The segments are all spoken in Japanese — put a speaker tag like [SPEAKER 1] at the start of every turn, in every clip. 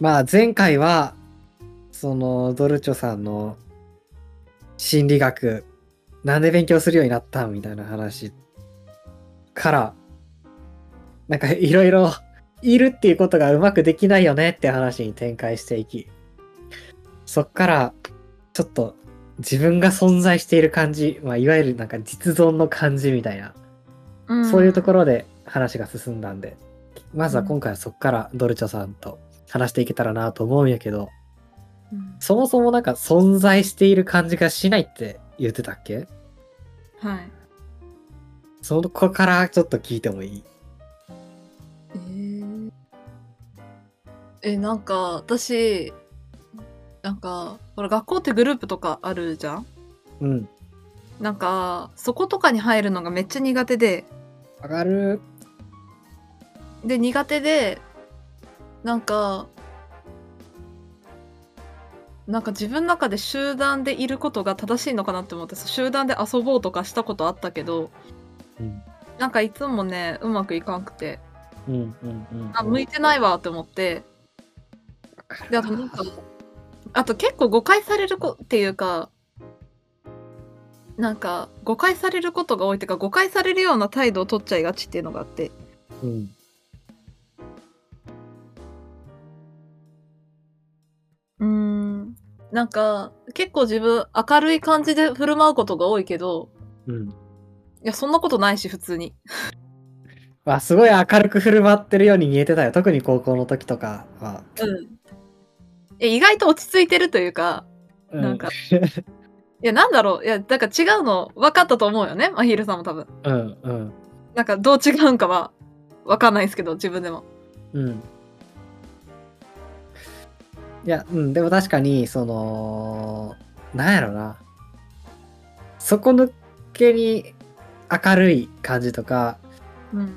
[SPEAKER 1] まあ前回はそのドルチョさんの心理学なんで勉強するようになったみたいな話からなんかいろいろいるっていうことがうまくできないよねって話に展開していきそっからちょっと自分が存在している感じ、まあ、いわゆるなんか実存の感じみたいな、
[SPEAKER 2] うん
[SPEAKER 1] そういうところで話が進んだんでまずは今回はそっからドルチョさんと話していけたらなと思うんやけど
[SPEAKER 2] うん
[SPEAKER 1] そもそもなんか存在している感じがしないって言ってたっけ
[SPEAKER 2] はい。
[SPEAKER 1] そこからちょっと聞いてもいい
[SPEAKER 2] えーえ、なんか私、なんか、ほら学校ってグループとかあるじゃん
[SPEAKER 1] うん。
[SPEAKER 2] なんか、そことかに入るのがめっちゃ苦手で、
[SPEAKER 1] わかる
[SPEAKER 2] で、苦手で、なんか、なんか自分の中で集団でいることが正しいのかなって思って、そう集団で遊ぼうとかしたことあったけど、
[SPEAKER 1] うん。
[SPEAKER 2] なんかいつもね、うまくいかんくて、
[SPEAKER 1] うんうんうん、うん。
[SPEAKER 2] あ、向いてないわって思って、
[SPEAKER 1] わかる
[SPEAKER 2] であとなんかあと結構誤解されるこっていうかなんか誤解されることが多いっていうか誤解されるような態度を取っちゃいがちっていうのがあって
[SPEAKER 1] うん。
[SPEAKER 2] うーんなんか結構自分明るい感じで振る舞うことが多いけど
[SPEAKER 1] うん。
[SPEAKER 2] いやそんなことないし普通に
[SPEAKER 1] わ、すごい明るく振る舞ってるように見えてたよ。特に高校の時とかは。
[SPEAKER 2] うんえ意外と落ち着いてるというか
[SPEAKER 1] う
[SPEAKER 2] なんか、いやなんだろういやだから違うの分かったと思うよねまひるさんも多分
[SPEAKER 1] うんうん。
[SPEAKER 2] なんかどう違うんかは分かんないですけど自分でも
[SPEAKER 1] うん。いや、うん、でも確かに、その、なんやろな。底抜けに明るい感じとか、
[SPEAKER 2] うん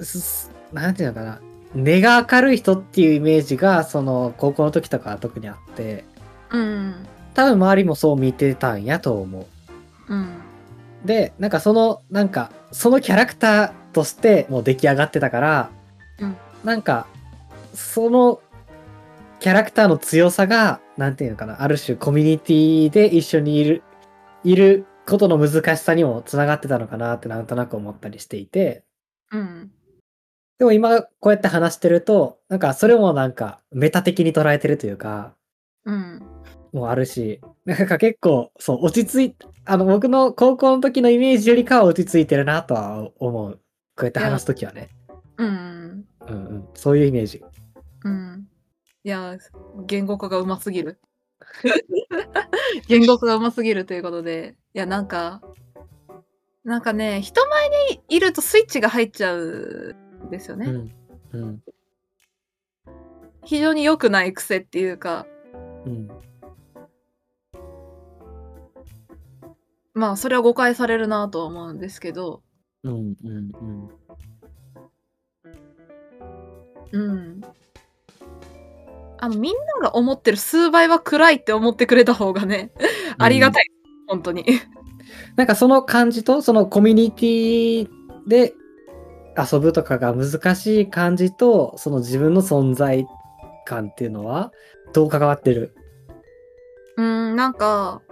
[SPEAKER 1] すすなんていうのかな。根が明るい人っていうイメージが、その、高校の時とかは特にあって、
[SPEAKER 2] うん
[SPEAKER 1] 多分周りもそう見てたんやと思う。
[SPEAKER 2] うん
[SPEAKER 1] で、なんかその、なんか、そのキャラクターとしてもう出来上がってたから、
[SPEAKER 2] うん
[SPEAKER 1] なんか、そのキャラクターの強さが、なんていうのかな、ある種コミュニティで一緒にいる、いることの難しさにもつながってたのかなってなんとなく思ったりしていて、
[SPEAKER 2] うん
[SPEAKER 1] でも今こうやって話してると、なんかそれもなんかメタ的に捉えてるというか、
[SPEAKER 2] うん
[SPEAKER 1] もあるし、なんか結構、そう、落ち着い、あの、僕の高校の時のイメージよりかは落ち着いてるなとは思う。こうやって話す時はね。
[SPEAKER 2] うん
[SPEAKER 1] うんうん。そういうイメージ。
[SPEAKER 2] うんいや言語化がうます ぎる言語化がうますぎるということでいやなんかなんかね人前にいるとスイッチが入っちゃうんですよね、
[SPEAKER 1] うん。うん。
[SPEAKER 2] 非常に良くない癖っていうか
[SPEAKER 1] うん。
[SPEAKER 2] まあそれは誤解されるなとは思うんですけど
[SPEAKER 1] うん。うん。うん。
[SPEAKER 2] うんあのみんなが思ってる数倍は暗いって思ってくれた方がねありがたい、本当に
[SPEAKER 1] なんかその感じと、そのコミュニティで遊ぶとかが難しい感じと、その自分の存在感っていうのは、どう関わってる
[SPEAKER 2] うーん、なんか、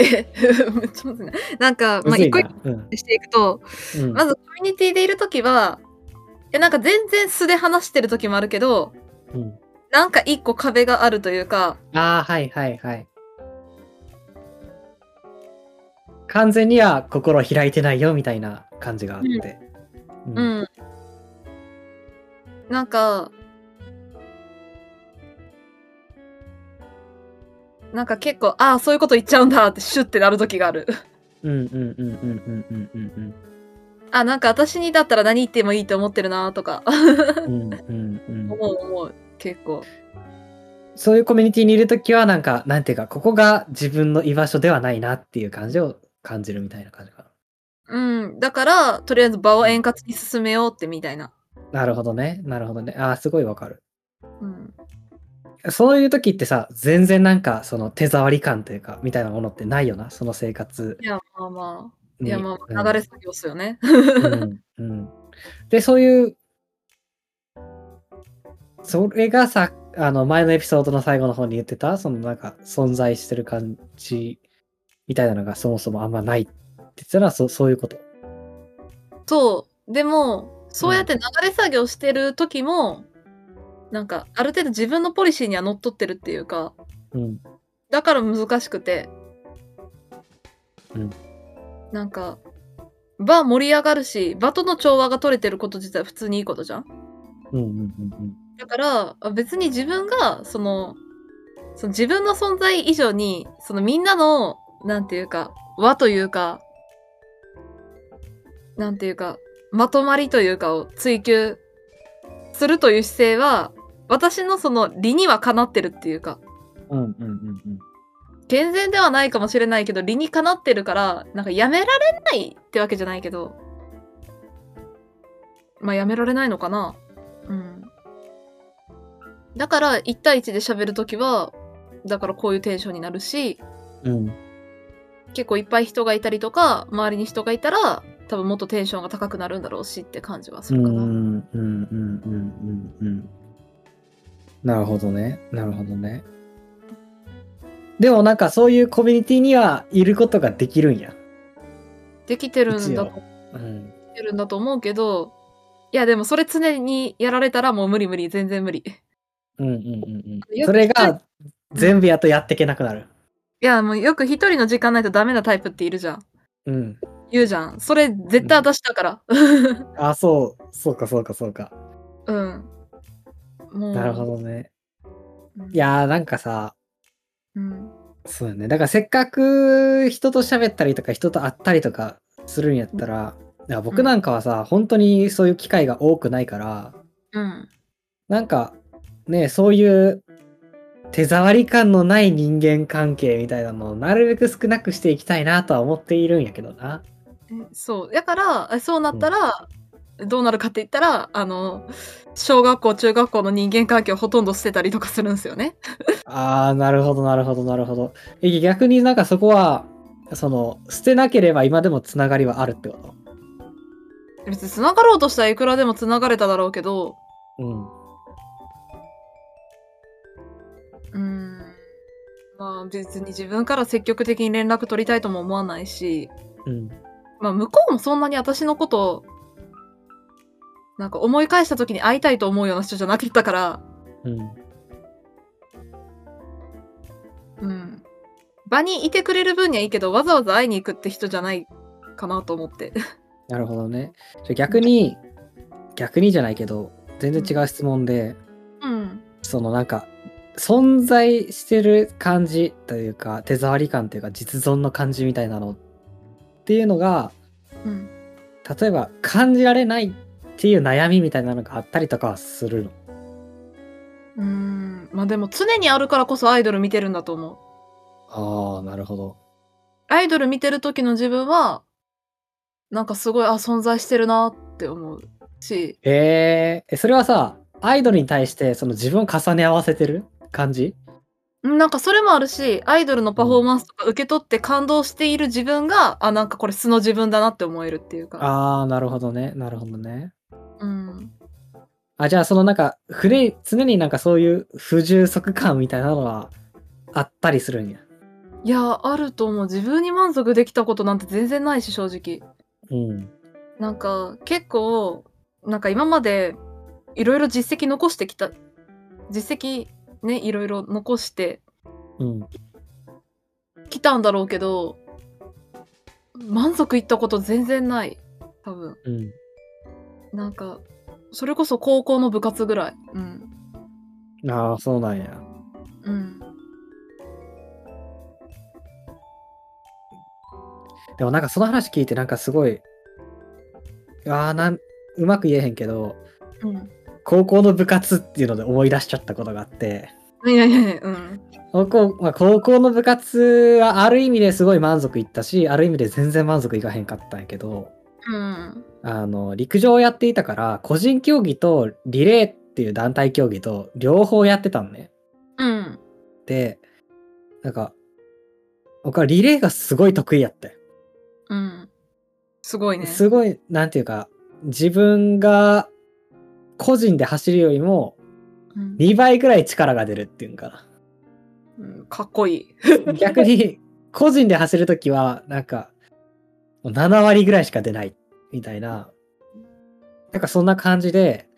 [SPEAKER 2] え、 めっちゃむずいな。なんか、
[SPEAKER 1] む
[SPEAKER 2] まあ、
[SPEAKER 1] ず
[SPEAKER 2] 一
[SPEAKER 1] い
[SPEAKER 2] 個
[SPEAKER 1] な
[SPEAKER 2] 一個していくと、
[SPEAKER 1] うん。
[SPEAKER 2] まずコミュニティでいるときは、え、なんか全然素で話してるときもあるけど、
[SPEAKER 1] うん。うん
[SPEAKER 2] なんか一個壁があるというか、
[SPEAKER 1] ああ、はいはいはい。完全には心を開いてないよみたいな感じがあって。
[SPEAKER 2] う。ん。なんか、なんか結構、ああ、そういうこと言っちゃうんだってシュッてなるときがある。
[SPEAKER 1] うんうんうんうんうんうんうん
[SPEAKER 2] あ、なんか私にだったら何言ってもいいと思ってるなとか、
[SPEAKER 1] うんうんうんうん
[SPEAKER 2] 思う思う、結構。
[SPEAKER 1] そういうコミュニティにいるときはなんかなんていうかここが自分の居場所ではないなっていう感じを感じるみたいな感じか
[SPEAKER 2] うん、だから、とりあえず場を円滑に進めようってみたいな。
[SPEAKER 1] な。なるほどねなるほどねああすごいわかる。
[SPEAKER 2] うん、
[SPEAKER 1] そういう時ってさ全然なんかその手触り感というかみたいなものってないよなその生活
[SPEAKER 2] いや、まあまあ、
[SPEAKER 1] に。
[SPEAKER 2] いや、ま
[SPEAKER 1] う
[SPEAKER 2] あ、
[SPEAKER 1] ん
[SPEAKER 2] 流れ作業っすよね。
[SPEAKER 1] うんうんでそういうそれがさ、あの、前のエピソードの最後の方に言ってた、そのなんか存在してる感じみたいなのがそもそもあんまないって言ってたのは、そそういうこと。
[SPEAKER 2] そうでもそうやって流れ作業してる時も、なんかある程度自分のポリシーにはのっとってるっていうか
[SPEAKER 1] うん。
[SPEAKER 2] だから難しくて、
[SPEAKER 1] うん
[SPEAKER 2] なんか場盛り上がるし場との調和が取れてること自体普通にいいことじゃん
[SPEAKER 1] うんうんうん
[SPEAKER 2] だからあ別に自分がそのその自分の存在以上にそのみんなのなんていうか和というかなんていうかまとまりというかを追求するという姿勢は私のその理にはかなってるっていうか
[SPEAKER 1] うん。うんうんうんうん。
[SPEAKER 2] 健全ではないかもしれないけど理にかなってるからなんかやめられないってわけじゃないけどまあやめられないのかなうんだから1対1で喋るときはだからこういうテンションになるし
[SPEAKER 1] うん。
[SPEAKER 2] 結構いっぱい人がいたりとか周りに人がいたら多分もっとテンションが高くなるんだろうしって感じはす
[SPEAKER 1] う
[SPEAKER 2] る
[SPEAKER 1] んう
[SPEAKER 2] か
[SPEAKER 1] ん
[SPEAKER 2] な、
[SPEAKER 1] うんうんうんうん。なるほどね。なるほどね。でもなんかそういうコミュニティにはいることができるんや。
[SPEAKER 2] できてるん
[SPEAKER 1] 一
[SPEAKER 2] だ
[SPEAKER 1] 応
[SPEAKER 2] と
[SPEAKER 1] うん。
[SPEAKER 2] できてるんだと思うけどいやでもそれ常にやられたらもう無理無理全然無理
[SPEAKER 1] うんうんうんうん。
[SPEAKER 2] よく
[SPEAKER 1] それが全部やっとやっていけなくなる。
[SPEAKER 2] いや、もうよく一人の時間ないとダメなタイプっているじゃん。
[SPEAKER 1] うん。
[SPEAKER 2] 言うじゃん。それ絶対私だから。
[SPEAKER 1] あ、そう、そうかそうかそうか。
[SPEAKER 2] うん。もう。
[SPEAKER 1] なるほどね。
[SPEAKER 2] う
[SPEAKER 1] い
[SPEAKER 2] ん。
[SPEAKER 1] やーなんかさ、
[SPEAKER 2] うん。
[SPEAKER 1] そうだね。だからせっかく人と喋ったりとか人と会ったりとかするんやったら、だから僕なんかはさ、本当にそういう機会が多くないから、
[SPEAKER 2] うん。
[SPEAKER 1] なんかね、そういう手触り感のない人間関係みたいなのをなるべく少なくしていきたいなとは思っているんやけどな。
[SPEAKER 2] えそう。だから、えそうなったら、どうなるかって言ったら、あの、小学校、中学校の人間関係をほとんど捨てたりとかするんですよね。
[SPEAKER 1] あー、なるほど、なるほど、なるほど。え逆になんかそこは、その、捨てなければ今でもつながりはあるってこ
[SPEAKER 2] 別に繋がろうとしたらいくらでも繋がれただろうけど、
[SPEAKER 1] とうん。
[SPEAKER 2] うん。まあ別に自分から積極的に連絡取りたいとも思わないし、
[SPEAKER 1] うん。
[SPEAKER 2] まあ、向こうもそんなに私のことを、なんか思い返した時に会いたいと思うような人じゃなかったから、
[SPEAKER 1] うん。
[SPEAKER 2] うん。場にいてくれる分にはいいけど、わざわざ会いに行くって人じゃないかなと思って。
[SPEAKER 1] なるほどね。じゃあ逆に、逆にじゃないけど、全然違う質問で、
[SPEAKER 2] うん。
[SPEAKER 1] そのなんか、存在してる感じというか、手触り感というか、実存の感じみたいなのっていうのが、
[SPEAKER 2] うん。
[SPEAKER 1] 例えば感じられないっていう悩みみたいなのがあったりとかはするの。
[SPEAKER 2] うん。まあでも常にあるからこそアイドル見てるんだと思う。
[SPEAKER 1] ああ、なるほど。
[SPEAKER 2] アイドル見てる時の自分は、なんかすごい、あ、存在してるなって思うし、
[SPEAKER 1] えーえ、それはさ、アイドルに対してその自分を重ね合わせてる感じ
[SPEAKER 2] うんなんかそれもあるし、アイドルのパフォーマンスとか受け取って感動している自分が、あ、なんかこれ素の自分だなって思えるっていうか。
[SPEAKER 1] ああ、なるほどね。なるほどね。
[SPEAKER 2] うん。
[SPEAKER 1] あ、じゃあそのなんか、ふれ、常になんかそういう不充足感みたいなのはあったりするんや。
[SPEAKER 2] いや、あると思う。自分に満足できたことなんて全然ないし、正直。
[SPEAKER 1] うん。
[SPEAKER 2] なんか、結構、なんか今まで、いろいろ実績残してきた。実績ね、いろいろ残して
[SPEAKER 1] うん。
[SPEAKER 2] きたんだろうけど、満足いったこと全然ない。多分。
[SPEAKER 1] うん。
[SPEAKER 2] なんか、それこそ高校の部活ぐらい。うん。
[SPEAKER 1] ああ、そうなんや。
[SPEAKER 2] うん。
[SPEAKER 1] でもなんかその話聞いてなんかすごい、ああ、なん、うまく言えへんけど、
[SPEAKER 2] うん。
[SPEAKER 1] 高校の部活っていうので思い出しちゃったことがあって、
[SPEAKER 2] いやいやいや、うん。
[SPEAKER 1] 高校、まあ、高校の部活はある意味ですごい満足いったし、ある意味で全然満足いかへんかったんやけど、
[SPEAKER 2] うん。
[SPEAKER 1] あの、陸上をやっていたから、個人競技とリレーっていう団体競技と両方やってたのね。
[SPEAKER 2] うん。
[SPEAKER 1] で、なんか、僕はリレーがすごい得意やって。
[SPEAKER 2] うん。すごいね。
[SPEAKER 1] すごい、なんていうか、自分が個人で走るよりも、
[SPEAKER 2] うん
[SPEAKER 1] 2倍ぐらい力が出るっていうんか
[SPEAKER 2] うんかっこいい。
[SPEAKER 1] な。逆に、個人で走るときは、なんか、もう7割ぐらいしか出ない、みたいな。なんかそんな感じで、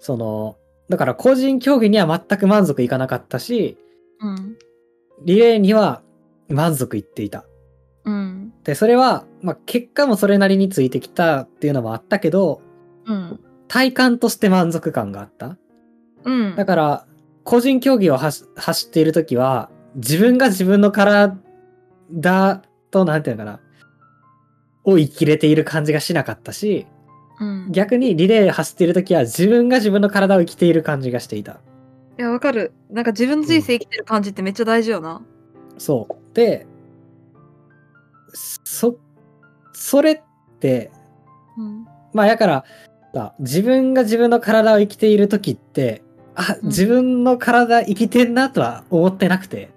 [SPEAKER 1] その、だから個人競技には全く満足いかなかったし、
[SPEAKER 2] うん。
[SPEAKER 1] リレーには満足いっていた。
[SPEAKER 2] うん。
[SPEAKER 1] で、それは、まあ、結果もそれなりについてきたっていうのもあったけど、
[SPEAKER 2] うん。
[SPEAKER 1] 体感として満足感があった。
[SPEAKER 2] うん。
[SPEAKER 1] だから、個人競技を走走っているときは、自分が自分の体と、なんていうのかな、を生きれている感じがしなかったし、
[SPEAKER 2] うん、い
[SPEAKER 1] 逆にリレー走っているときは、自分が自分の体を生きている感じがしていた。
[SPEAKER 2] や、わかる。なんか自分の人生生きてる感じってめっちゃ大事よな。
[SPEAKER 1] そう。で、そ、それって、
[SPEAKER 2] うん。
[SPEAKER 1] まあ、だから、さ自分が自分の体を生きている時って、あ、
[SPEAKER 2] うん
[SPEAKER 1] 自分の体生きてんなとは思ってなくて。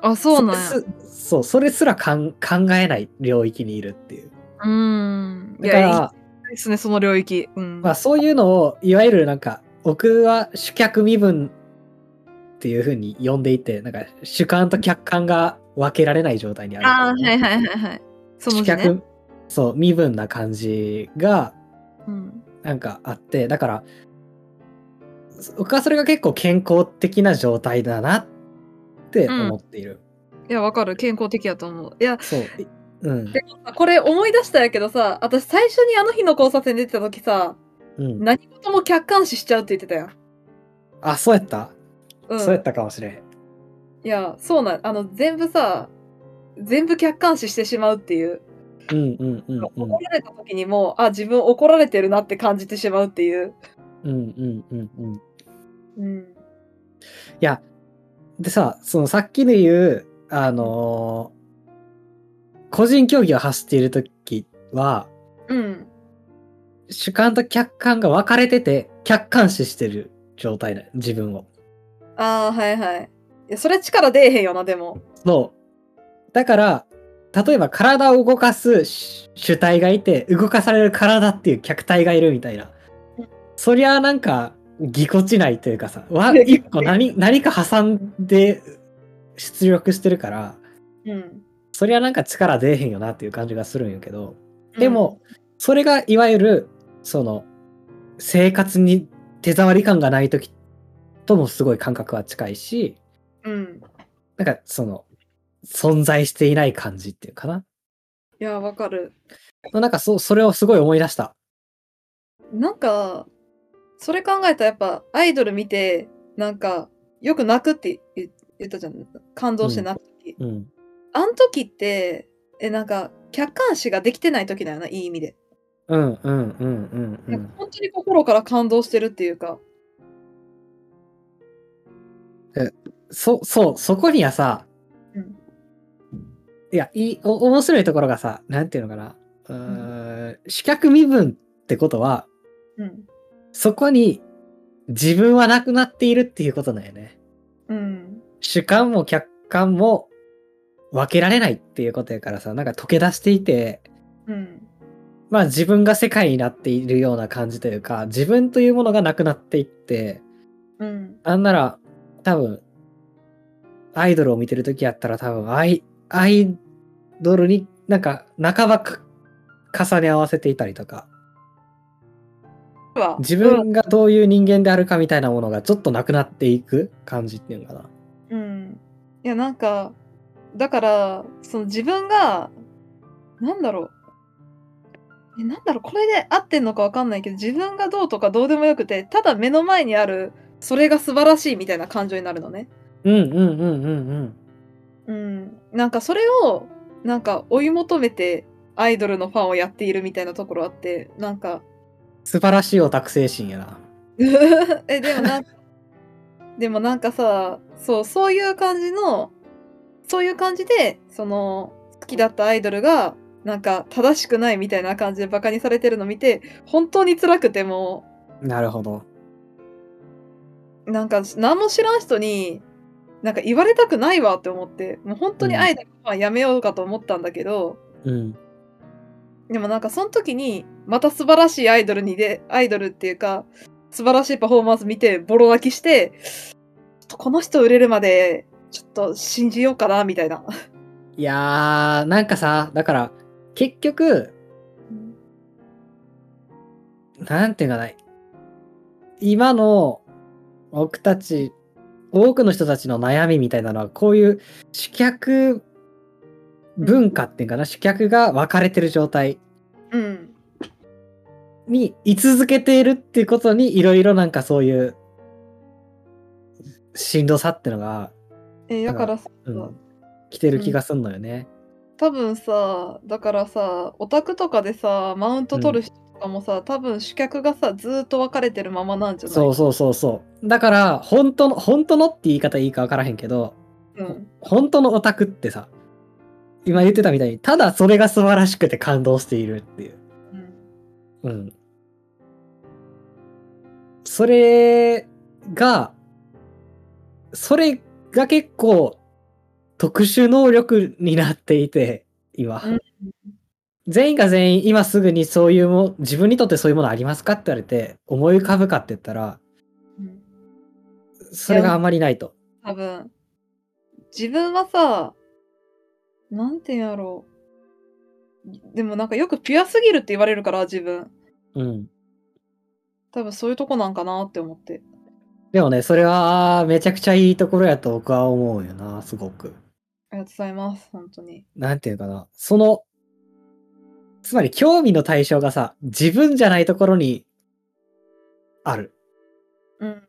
[SPEAKER 2] あ、そうなんや。
[SPEAKER 1] そすそう、それすらかん考えない領域にいるっていう。
[SPEAKER 2] うん。い
[SPEAKER 1] だか
[SPEAKER 2] や、い
[SPEAKER 1] ら、
[SPEAKER 2] いですね、その領域。うん。
[SPEAKER 1] まあ、そういうのを、いわゆるなんか、僕は主客身分っていうふうに呼んでいて、なんか主観と客観が分けられない状態にある。
[SPEAKER 2] ああ、はいはいはいはい。その
[SPEAKER 1] 主
[SPEAKER 2] 字ね。
[SPEAKER 1] 客、そう、身分な感じが
[SPEAKER 2] うん。
[SPEAKER 1] なんかあって、だから、僕はそれが結構健康的な状態だなって思っている。
[SPEAKER 2] いや、わかる。健康的やと思う。いや、
[SPEAKER 1] そう。いうん。
[SPEAKER 2] これ思い出したんやけどさ、私最初にあの日の交差点出てた時さ、
[SPEAKER 1] うん。
[SPEAKER 2] 何事も客観視しちゃうって言ってたやん。
[SPEAKER 1] あ、そうやった、
[SPEAKER 2] うん。
[SPEAKER 1] そうやったかもしれん。
[SPEAKER 2] いや、そうなん。あの、全部さ、全部客観視してしまうっていう。
[SPEAKER 1] うんうんうんうん。
[SPEAKER 2] 怒られた時にも、あ、自分怒られてるなって感じてしまうっていう。
[SPEAKER 1] うんうんうんうん。い
[SPEAKER 2] うん。
[SPEAKER 1] や、でさ、そのさっきで言う、あのー個人競技を走っているときは、
[SPEAKER 2] うん。
[SPEAKER 1] 主観と客観が分かれてて、客観視してる状態だよ、自分を。
[SPEAKER 2] ああ、はいはい。いや、それ力出えへんよな、でも。
[SPEAKER 1] そう。だから、例えば体を動かす主主体がいて、動かされる体っていう客体がいるみたいな
[SPEAKER 2] うん。
[SPEAKER 1] そりゃあなんか、ぎこちないというかさ、わ、
[SPEAKER 2] ね
[SPEAKER 1] 一個何、何か挟んで出力してるから、
[SPEAKER 2] うん。
[SPEAKER 1] そりゃなんか力出えへんよなっていう感じがするんやけど、でも、それがいわゆる、その、生活に手触り感がない時ともすごい感覚は近いし、
[SPEAKER 2] うん、うん。
[SPEAKER 1] なんかその、存在していない感じっていうかな。
[SPEAKER 2] いや、わかる。
[SPEAKER 1] なんかそう、それをすごい思い出した。
[SPEAKER 2] なんか、それ考えたらやっぱアイドル見て、なんか、よく泣くって言言ったじゃん。感動して泣く時。
[SPEAKER 1] うん。
[SPEAKER 2] あん時って、え、なんか、客観視ができてない時だよな、いい意味で。
[SPEAKER 1] うんうんうんうんう
[SPEAKER 2] なんか
[SPEAKER 1] ん。
[SPEAKER 2] 本当に心から感動してるっていうか。
[SPEAKER 1] そ、そう、そこにはさ、
[SPEAKER 2] うん。
[SPEAKER 1] いや、いい、お、面白いところがさ、なんていうのかな。うーん、視覚身分ってことは、
[SPEAKER 2] うん。
[SPEAKER 1] そこに自分はなくなっているっていうことだよね。
[SPEAKER 2] うん。
[SPEAKER 1] 主観も客観も分けられないっていうことやからさ、なんか溶け出していて、
[SPEAKER 2] うん。
[SPEAKER 1] まあ自分が世界になっているような感じというか、自分というものがなくなっていって、
[SPEAKER 2] うん。
[SPEAKER 1] なんなら、多分、アイドルを見てる時やったら多分、アイ、アイドルになんか、半ばか重ね合わせていたりとか、
[SPEAKER 2] は
[SPEAKER 1] 自分がどういう人間であるかみたいなものがちょっとなくなっていく感じっていうのかな。
[SPEAKER 2] うん。いや、なんか、だから、その自分が、なんだろう。え、なんだろう、これで合ってんのかわかんないけど、自分がどうとかどうでもよくて、ただ目の前にある、それが素晴らしいみたいな感情になるのね。
[SPEAKER 1] うんうんうんうんうん。
[SPEAKER 2] うん。なんかそれを、なんか追い求めて、アイドルのファンをやっているみたいなところあって、なんか、
[SPEAKER 1] 素晴らしいオタク精神やな。
[SPEAKER 2] えでもなんかでもなんかさそうそういう感じのそういう感じでその好きだったアイドルがなんか正しくないみたいな感じでバカにされてるの見て本当に辛くても
[SPEAKER 1] なるほど。
[SPEAKER 2] うなんか何も知らん人になんか言われたくないわって思ってもう本当にアイドルはやめようかと思ったんだけど、
[SPEAKER 1] うん。
[SPEAKER 2] でもなんかその時にまた素晴らしいアイドルにでアイドルっていうか素晴らしいパフォーマンス見て、ボロ泣きして、ちょっとこの人売れるまで、ちょっと信じようかな、みたいな。
[SPEAKER 1] いやー、なんかさ、だから、結局、なんていうかない。今の僕たち、多くの人たちの悩みみたいなのは、こういう主客文化っていうかな、主客が分かれてる状態
[SPEAKER 2] うん。
[SPEAKER 1] に居続けているっていうことに、いろいろなんかそういう、しんどさってのが、
[SPEAKER 2] えーだからさ、
[SPEAKER 1] うん、来てる気がすんのよね。
[SPEAKER 2] 多分さ、だからさ、オタクとかでさ、マウント取る人とかもさ、多分主客がさ、ずーっと分かれてるままなんじゃない
[SPEAKER 1] そうそうそうそう。だから、本当の、本当のって言い方いいか分からへんけど、
[SPEAKER 2] うん。
[SPEAKER 1] 本当のオタクってさ今言ってたみたいにただそれが素晴らしくて感動しているっていう
[SPEAKER 2] うん
[SPEAKER 1] うんそれがそれが結構特殊能力になっていて今、
[SPEAKER 2] うん
[SPEAKER 1] 全員が全員今すぐにそういうも自分にとってそういうものありますかって言われて思い浮かぶかって言ったら
[SPEAKER 2] うん
[SPEAKER 1] それがあんまりないと
[SPEAKER 2] 多分、自分はさ、なんて言うんやろう。でもなんかよくピュアすぎるって言われるから、自分。
[SPEAKER 1] うん
[SPEAKER 2] 多分そういうとこなんかなって思って。
[SPEAKER 1] でもねそれはめちゃくちゃいいところやと僕は思うよなすごく
[SPEAKER 2] ありがとうございます、本当に。
[SPEAKER 1] なんていうのかな、その、つまり興味の対象がさ、自分じゃないところにある。
[SPEAKER 2] うん。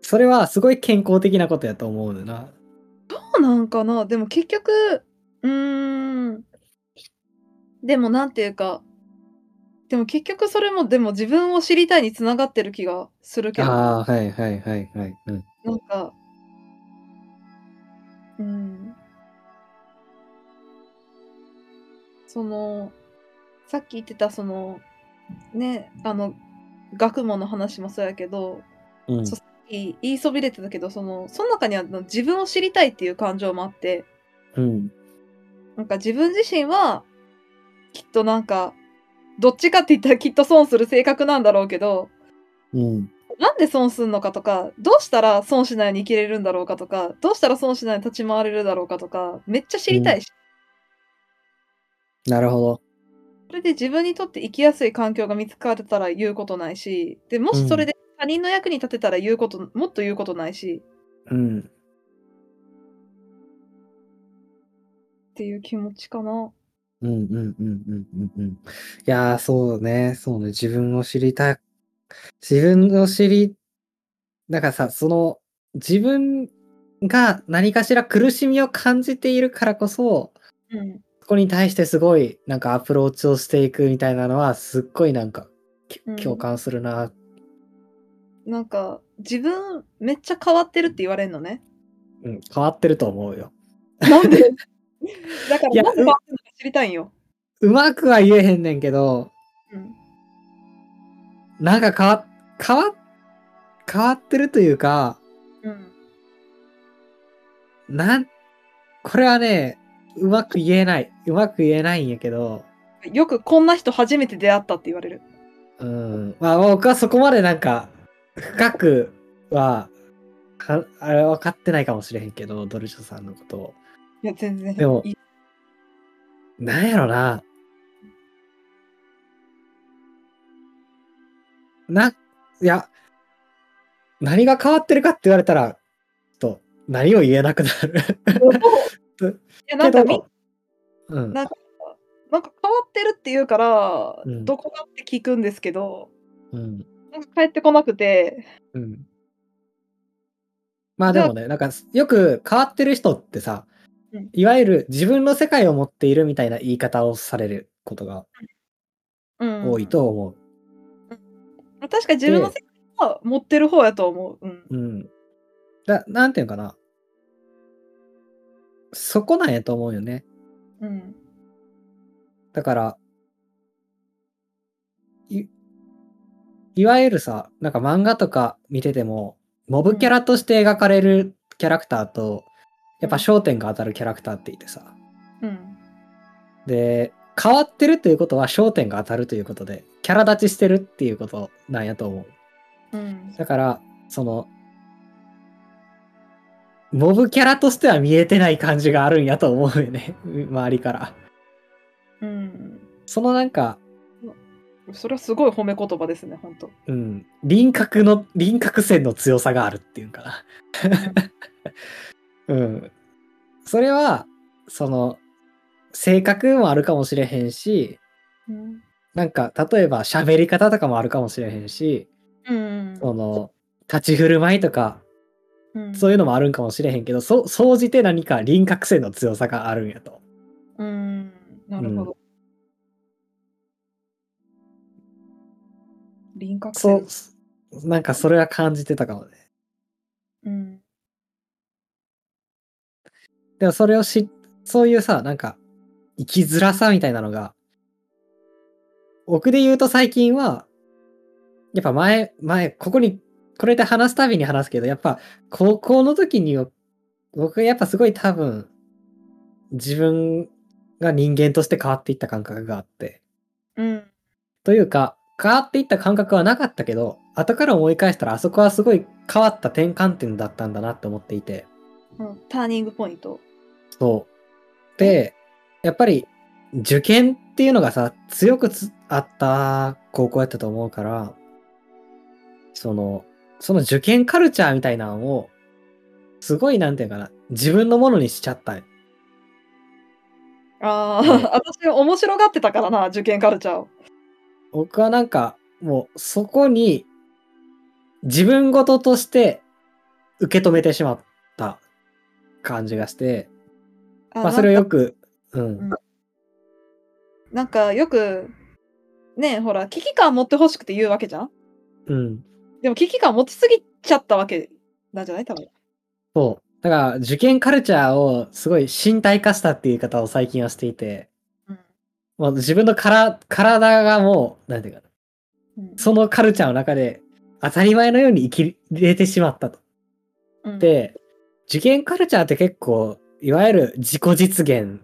[SPEAKER 1] それはすごい健康的なことやと思うのな。
[SPEAKER 2] そうなんかなでも結局、うーん。でもなんていうか、でも結局それも、でも自分を知りたいにつながってる気がするけど。
[SPEAKER 1] ああ、はいはいはいはい。うん、
[SPEAKER 2] なんか、うん。その、さっき言ってた、その、ね、あの、学問の話もそうやけど、
[SPEAKER 1] うん
[SPEAKER 2] そいい言いそびれてたけど、その、その中にはあの自分を知りたいっていう感情もあって、
[SPEAKER 1] うん。
[SPEAKER 2] なんか自分自身は、きっとなんか、どっちかって言ったらきっと損する性格なんだろうけど、
[SPEAKER 1] うん。
[SPEAKER 2] なんで損するのかとか、どうしたら損しないように生きれるんだろうかとか、どうしたら損しないように立ち回れるだろうかとか、めっちゃ知りたいし、
[SPEAKER 1] なるほど。
[SPEAKER 2] それで自分にとって生きやすい環境が見つかれたら言うことないし、でもしそれで他人の役に立てたら言うこと、もっと言うことないし、
[SPEAKER 1] うん。
[SPEAKER 2] っていう気持ちかな。
[SPEAKER 1] うんうんうんうんうんうん。いやー、そうね。そうね。自分を知りたい。自分を知り、だからさ、その、自分が何かしら苦しみを感じているからこそ、
[SPEAKER 2] うん。
[SPEAKER 1] そこに対してすごいなんかアプローチをしていくみたいなのはすっごいなんかき
[SPEAKER 2] うん
[SPEAKER 1] 共感するな。
[SPEAKER 2] なんか、自分めっちゃ変わってるって言われる のね。
[SPEAKER 1] うん、変わってると思うよ。
[SPEAKER 2] なんでだか
[SPEAKER 1] いや
[SPEAKER 2] ら、なんで変わってるのか知りたいんよ。
[SPEAKER 1] うまくは言えへんねんけど、
[SPEAKER 2] うん。
[SPEAKER 1] なんか変わ、変わ、変わってるというか、
[SPEAKER 2] うん。
[SPEAKER 1] なん、これはね、うまく言えない。うまく言えないんやけど、
[SPEAKER 2] よくこんな人初めて出会ったって言われる。
[SPEAKER 1] うん。まあ僕はそこまでなんか、深くは、はあれ分かってないかもしれへんけど、ドルチョさんのことを。
[SPEAKER 2] いや、全然。
[SPEAKER 1] でも
[SPEAKER 2] いい
[SPEAKER 1] なんやろな。な、いや、何が変わってるかって言われたら、ちょっと何を言えなくなる。
[SPEAKER 2] いやなん か
[SPEAKER 1] け
[SPEAKER 2] み
[SPEAKER 1] どうん。
[SPEAKER 2] なんかなんか変わってるって言うから、
[SPEAKER 1] うん
[SPEAKER 2] どこかって聞くんですけど
[SPEAKER 1] うん。
[SPEAKER 2] なんか帰ってこなくて
[SPEAKER 1] うん。まあでもね、なんかよく変わってる人ってさ
[SPEAKER 2] うん、
[SPEAKER 1] いわゆる自分の世界を持っているみたいな言い方をされることが
[SPEAKER 2] うん
[SPEAKER 1] 多いと思う。
[SPEAKER 2] 確かに自分の世界は持ってる方やと思う、うん
[SPEAKER 1] うん。だ、なんていうのかな。そこなんやと思うよね。
[SPEAKER 2] うん
[SPEAKER 1] だから、い、いわゆるさ、なんか漫画とか見てても、モブキャラとして描かれるキャラクターと、やっぱ焦点が当たるキャラクターっていてさ。
[SPEAKER 2] うん
[SPEAKER 1] で、変わってるということは焦点が当たるということで、キャラ立ちしてるっていうことなんやと思う。
[SPEAKER 2] うん。
[SPEAKER 1] だから、その、モブキャラとしては見えてない感じがあるんやと思うよね。 周りから。
[SPEAKER 2] うん。
[SPEAKER 1] そのなんか、
[SPEAKER 2] それはすごい褒め言葉ですね、 本当。
[SPEAKER 1] うん、輪郭の、輪郭線の強さがあるっていうかな。うん。それは、その、性格もあるかもしれへんし、
[SPEAKER 2] うん。
[SPEAKER 1] なんか、例えば喋り方とかもあるかもしれへんし、
[SPEAKER 2] うん。
[SPEAKER 1] その、立ち振る舞いとか、
[SPEAKER 2] うん
[SPEAKER 1] そういうのもあるんかもしれへんけど、そ、総じて何か輪郭線の強さがあるんやと。
[SPEAKER 2] うん。なるほど。輪郭
[SPEAKER 1] そ
[SPEAKER 2] 線
[SPEAKER 1] う。、なんかそれは感じてたかもね。
[SPEAKER 2] うん。
[SPEAKER 1] でもそれを知っ、そういうさ、なんか、生きづらさみたいなのが、僕で言うと最近は、やっぱ前、前、ここに、これで話すたびに話すけど、やっぱ高校の時に、僕やっぱすごい多分、自分が人間として変わっていった感覚があって、
[SPEAKER 2] うん。
[SPEAKER 1] というか、変わっていった感覚はなかったけど、後から思い返したらあそこはすごい変わった転換点だったんだなって思っていて、
[SPEAKER 2] うんターニングポイント。
[SPEAKER 1] そう。で、やっぱり受験っていうのがさ、強くつあった高校やったと思うから、その、その受験カルチャーみたいなのを、すごい、なんていうかな、自分のものにしちゃった。
[SPEAKER 2] ああ、
[SPEAKER 1] うん
[SPEAKER 2] 私面白がってたからな、受験カルチャーを。
[SPEAKER 1] 僕はなんか、もうそこに、自分事として受け止めてしまった感じがして、
[SPEAKER 2] あ
[SPEAKER 1] まあそれを
[SPEAKER 2] な
[SPEAKER 1] よ
[SPEAKER 2] んか
[SPEAKER 1] く、うん
[SPEAKER 2] うん、なんかよく、ねえほら、危機感持ってほしくて言うわけじゃん
[SPEAKER 1] うん。
[SPEAKER 2] でも危機感持ちすぎちゃったわけなんじゃない多分。
[SPEAKER 1] そう。だから、受験カルチャーをすごい身体化したっていう言い方を最近はしていて、
[SPEAKER 2] うん
[SPEAKER 1] まあ、自分のから体がもう、なんていうかな、
[SPEAKER 2] うん
[SPEAKER 1] そのカルチャーの中で当たり前のように生きれてしまったと。
[SPEAKER 2] うん
[SPEAKER 1] で、受験カルチャーって結構、いわゆる自己実現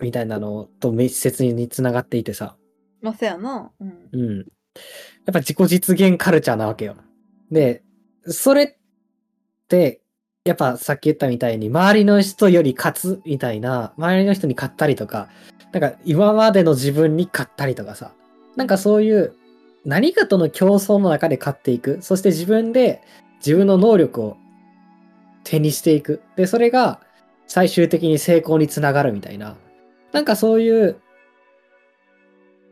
[SPEAKER 1] みたいなのと密接につながっていてさ、
[SPEAKER 2] まあ、せやな。うん。
[SPEAKER 1] うん。やっぱ自己実現カルチャーなわけよ。で、それって、やっぱさっき言ったみたいに、周りの人より勝つみたいな、周りの人に勝ったりとか、なんか今までの自分に勝ったりとかさ、なんかそういう何かとの競争の中で勝っていく、そして自分で自分の能力を手にしていく。で、それが最終的に成功につながるみたいな、なんかそういう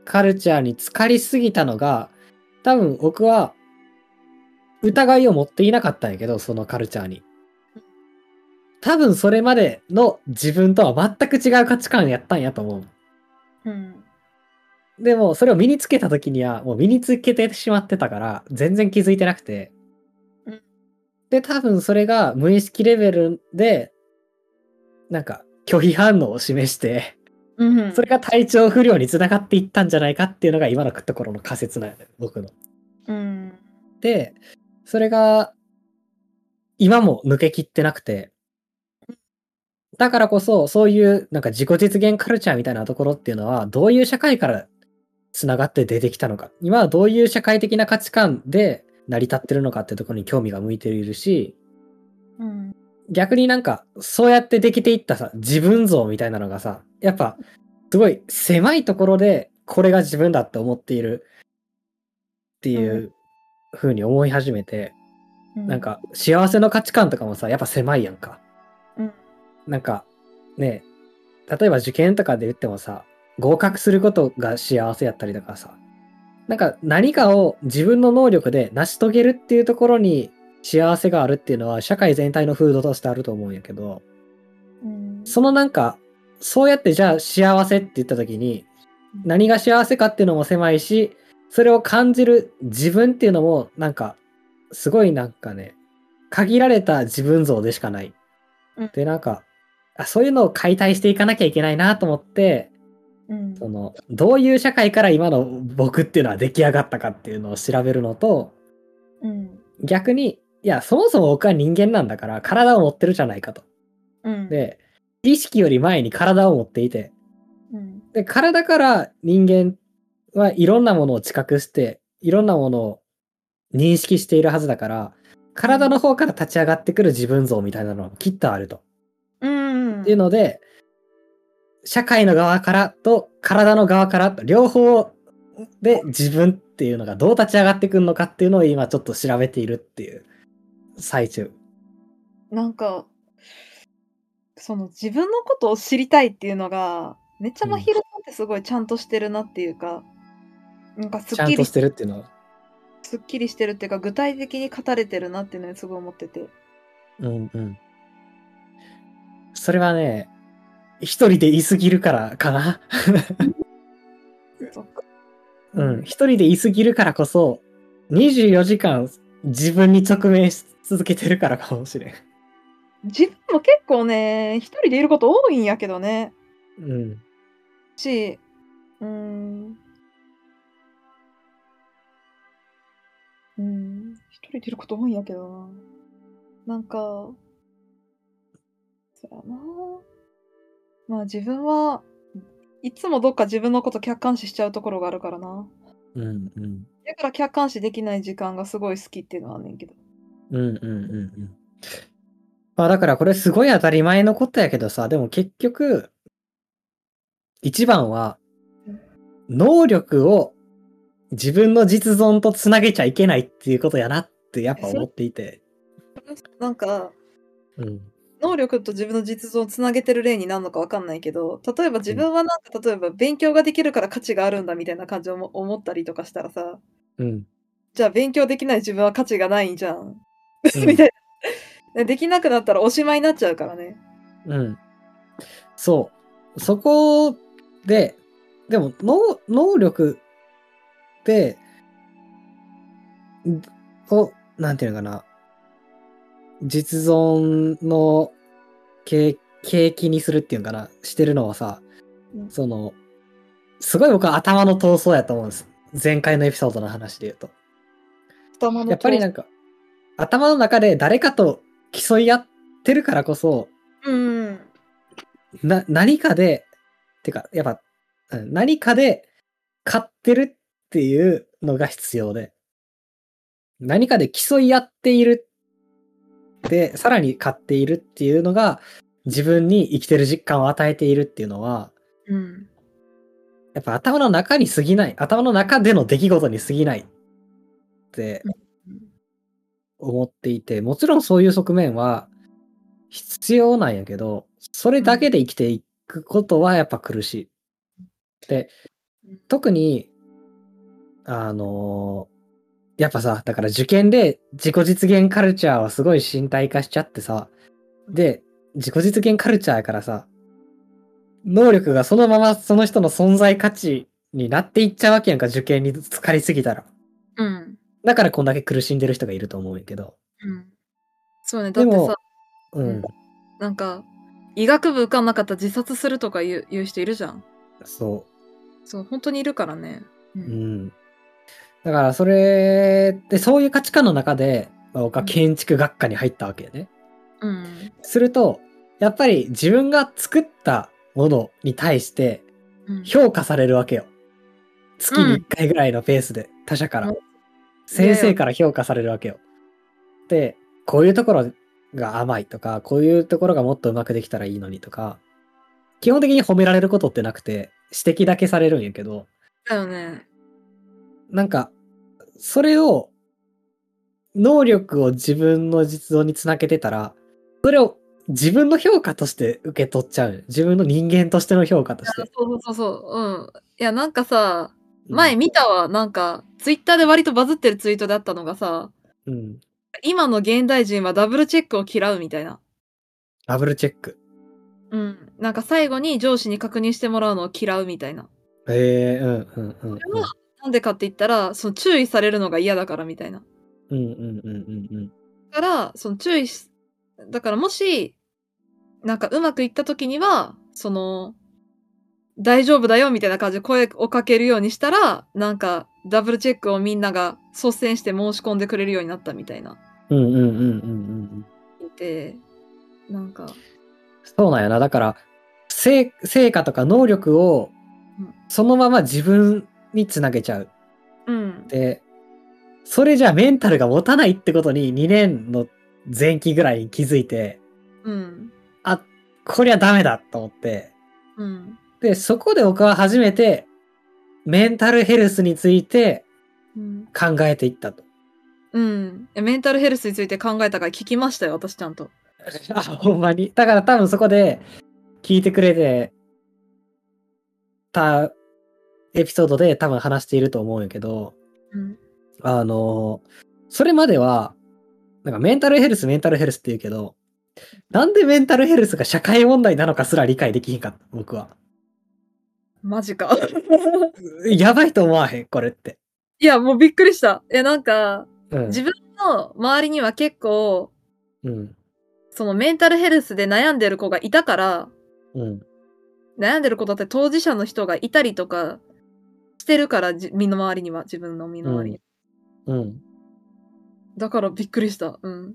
[SPEAKER 1] カルチャーに浸かりすぎたのが、多分僕は疑いを持っていなかったんやけど、そのカルチャーに。多分それまでの自分とは全く違う価値観やったんやと思
[SPEAKER 2] うん。
[SPEAKER 1] う。でもそれを身につけた時にはもう身につけてしまってたから全然気づいてなくて
[SPEAKER 2] うん。
[SPEAKER 1] で、多分それが無意識レベルで、なんか拒否反応を示して、
[SPEAKER 2] うん。
[SPEAKER 1] それが体調不良につながっていったんじゃないかっていうのが今のところの仮説なんやね、僕の。
[SPEAKER 2] うん。
[SPEAKER 1] で、それが、今も抜けきってなくて、だからこそ、そういう、なんか自己実現カルチャーみたいなところっていうのは、どういう社会から繋がって出てきたのか、今はどういう社会的な価値観で成り立ってるのかってところに興味が向いているし、
[SPEAKER 2] うん。
[SPEAKER 1] 逆になんか、そうやってできていったさ、自分像みたいなのがさ、やっぱ、すごい狭いところで、これが自分だって思っているっていう風に思い始めて、
[SPEAKER 2] うん
[SPEAKER 1] なん、か幸せの価値観とかもさやっぱ狭いやんか。
[SPEAKER 2] うん。
[SPEAKER 1] なんかね例えば受験とかで言ってもさ合格することが幸せやったりとかさなんか何かを自分の能力で成し遂げるっていうところに幸せがあるっていうのは社会全体の風土としてあると思うんやけど
[SPEAKER 2] うん
[SPEAKER 1] そのなんかそうやってじゃあ幸せって言った時に何が幸せかっていうのも狭いしそれを感じる自分っていうのもなんかすごいなんかね限られた自分像でしかない、
[SPEAKER 2] うん
[SPEAKER 1] でなんかあそういうのを解体していかなきゃいけないなと思って
[SPEAKER 2] うん。
[SPEAKER 1] そのどういう社会から今の僕っていうのは出来上がったかっていうのを調べるのと
[SPEAKER 2] うん。
[SPEAKER 1] 逆にいやそもそも僕は人間なんだから体を持ってるじゃないかと。
[SPEAKER 2] うん。
[SPEAKER 1] で意識より前に体を持っていて
[SPEAKER 2] うん、
[SPEAKER 1] で体から人間はいろんなものを知覚していろんなものを認識しているはずだから、体の方から立ち上がってくる自分像みたいなのはきっとあると。
[SPEAKER 2] うん。
[SPEAKER 1] っていうので、社会の側からと体の側からと両方で自分っていうのがどう立ち上がってくるのかっていうのを今ちょっと調べているっていう最中。
[SPEAKER 2] なんか、その自分のことを知りたいっていうのが、めっちゃまひるさんってすごいちゃんとしてるなっていうか、なんかす
[SPEAKER 1] ち
[SPEAKER 2] っ
[SPEAKER 1] ゃん
[SPEAKER 2] き
[SPEAKER 1] と
[SPEAKER 2] り
[SPEAKER 1] してるっていうのは。
[SPEAKER 2] すっきりしてるっていうか、具体的に語れてるなっていうのにすごい思ってて。
[SPEAKER 1] うんうん。それはね、一人でいすぎるからかな。
[SPEAKER 2] そっか
[SPEAKER 1] うん。一人でいすぎるからこそ、24時間自分に直面し続けてるからかもしれん。
[SPEAKER 2] 自分も結構ね、一人でいること多いんやけどね。
[SPEAKER 1] うん。
[SPEAKER 2] し、うーん。うん、一人でいること多いんやけどな。なんか、そやな。まあ自分はいつもどっか自分のこと客観視しちゃうところがあるからな。
[SPEAKER 1] うんうん。
[SPEAKER 2] だから客観視できない時間がすごい好きっていうのはあんねんけど。
[SPEAKER 1] うんうんうんうん。まあだからこれすごい当たり前のことやけどさ、でも結局、一番は、能力を自分の実存とつなげちゃいけないっていうことやなってやっぱ思っていて。
[SPEAKER 2] なんか、
[SPEAKER 1] うん。
[SPEAKER 2] 能力と自分の実存をつなげてる例になるのかわかんないけど例えば自分はなんか例えば勉強ができるから価値があるんだみたいな感じを思思ったりとかしたらさ
[SPEAKER 1] うん。
[SPEAKER 2] じゃあ勉強できない自分は価値がないんじゃん、
[SPEAKER 1] うん
[SPEAKER 2] みたいな できなくなったらおしまいになっちゃうからね
[SPEAKER 1] うん。そう。そこで、でも能、能力って、んを、なんていうのかな。実存の景景気にするっていうのかな。してるのはさ
[SPEAKER 2] う、ん
[SPEAKER 1] その、すごい僕は頭の闘争やと思うんです。前回のエピソードの話で言うと。
[SPEAKER 2] 頭の
[SPEAKER 1] やっぱりなんか、頭の中で誰かと競い合ってるからこそ、
[SPEAKER 2] うん
[SPEAKER 1] な、何かで、てか、やっぱ、うん何かで買ってるっていうのが必要で、何かで競い合っている、で、さらに買っているっていうのが、自分に生きてる実感を与えているっていうのは、
[SPEAKER 2] うん
[SPEAKER 1] やっぱ頭の中に過ぎない、頭の中での出来事に過ぎないって思っていて、もちろんそういう側面は必要なんやけど、それだけで生きていくことはやっぱ苦しい。で、特に、あのーやっぱさ、だから受験で自己実現カルチャーはすごい身体化しちゃってさ、で、自己実現カルチャーやからさ、能力がそのままその人の存在価値になっていっちゃうわけやんか、受験に疲れすぎたら。
[SPEAKER 2] うん
[SPEAKER 1] だからこんだけ苦しんでる人がいると思うんやけど。
[SPEAKER 2] うんそうねだって
[SPEAKER 1] でも
[SPEAKER 2] さ
[SPEAKER 1] うん。
[SPEAKER 2] なんか医学部受かんなかったら自殺するとか言う言う人いるじゃん
[SPEAKER 1] そう。
[SPEAKER 2] そう本当にいるからねう
[SPEAKER 1] うんん。だからそれってそういう価値観の中で、まあ僕は建築学科に入ったわけよね。
[SPEAKER 2] うん
[SPEAKER 1] すると、やっぱり自分が作ったものに対して
[SPEAKER 2] うん
[SPEAKER 1] 評価されるわけよ。月に1回ぐらいのペースで、他者から
[SPEAKER 2] うん。
[SPEAKER 1] 先生から評価されるわけよ。で、こういうところが甘いとか、こういうところがもっとうまくできたらいいのにとか、基本的に褒められることってなくて、指摘だけされるんやけど、
[SPEAKER 2] だよね
[SPEAKER 1] なんか、それを、能力を自分の実存につなげてたら、それを自分の評価として受け取っちゃう。自分の人間としての評価とし
[SPEAKER 2] そう
[SPEAKER 1] て。
[SPEAKER 2] そうそうそう。うん。いや、なんかさ、前見たわ。なんか、ツイッターで割とバズってるツイートだったのがさ、
[SPEAKER 1] うん。うん。
[SPEAKER 2] 今の現代人はダブルチェックを嫌うみたいな。
[SPEAKER 1] ダブルチェック。
[SPEAKER 2] うん。なんか最後に上司に確認してもらうのを嫌うみたいな。
[SPEAKER 1] ええうんうんうんうん。
[SPEAKER 2] れはなんでかって言ったら、その注意されるのが嫌だからみたいな。
[SPEAKER 1] うんうんうんうんうん。
[SPEAKER 2] だから、その注意し、だからもし、なんかうまくいった時には、その、大丈夫だよみたいな感じで声をかけるようにしたら、なんかダブルチェックをみんなが率先して申し込んでくれるようになったみたいな。
[SPEAKER 1] うんうんうんうんうんうん。
[SPEAKER 2] いて、なんか、
[SPEAKER 1] そうなんやな。だから、成成果とか能力を
[SPEAKER 2] うん、
[SPEAKER 1] そのまま自分につなげちゃう。
[SPEAKER 2] うん。
[SPEAKER 1] で、それじゃメンタルが持たないってことに2年の前期ぐらいに気づいて、
[SPEAKER 2] うん。
[SPEAKER 1] あ、こりゃダメだと思って。
[SPEAKER 2] うん。
[SPEAKER 1] で、そこで僕は初めてメンタルヘルスについて
[SPEAKER 2] うん。
[SPEAKER 1] 考えていったと。
[SPEAKER 2] うん。えメンタルヘルスについて考えたから聞きましたよ、私ちゃんと。
[SPEAKER 1] あ、ほんまに。だから多分そこで聞いてくれてたエピソードで多分話していると思うんやけど、
[SPEAKER 2] うん。
[SPEAKER 1] あの、それまでは、なんかメンタルヘルス、メンタルヘルスって言うけど、なんでメンタルヘルスが社会問題なのかすら理解できひんかった、僕は。
[SPEAKER 2] マジか。
[SPEAKER 1] やばいと思わへん、これって。
[SPEAKER 2] いや、もうびっくりした。いや、なんか、
[SPEAKER 1] うん。
[SPEAKER 2] 自分の周りには結構、
[SPEAKER 1] うん。
[SPEAKER 2] そのメンタルヘルスで悩んでる子がいたから、
[SPEAKER 1] うん。
[SPEAKER 2] 悩んでる子だって当事者の人がいたりとかしてるから、じ身の回りには、自分の身の回りに。
[SPEAKER 1] うん。
[SPEAKER 2] だからびっくりした。うん。
[SPEAKER 1] っ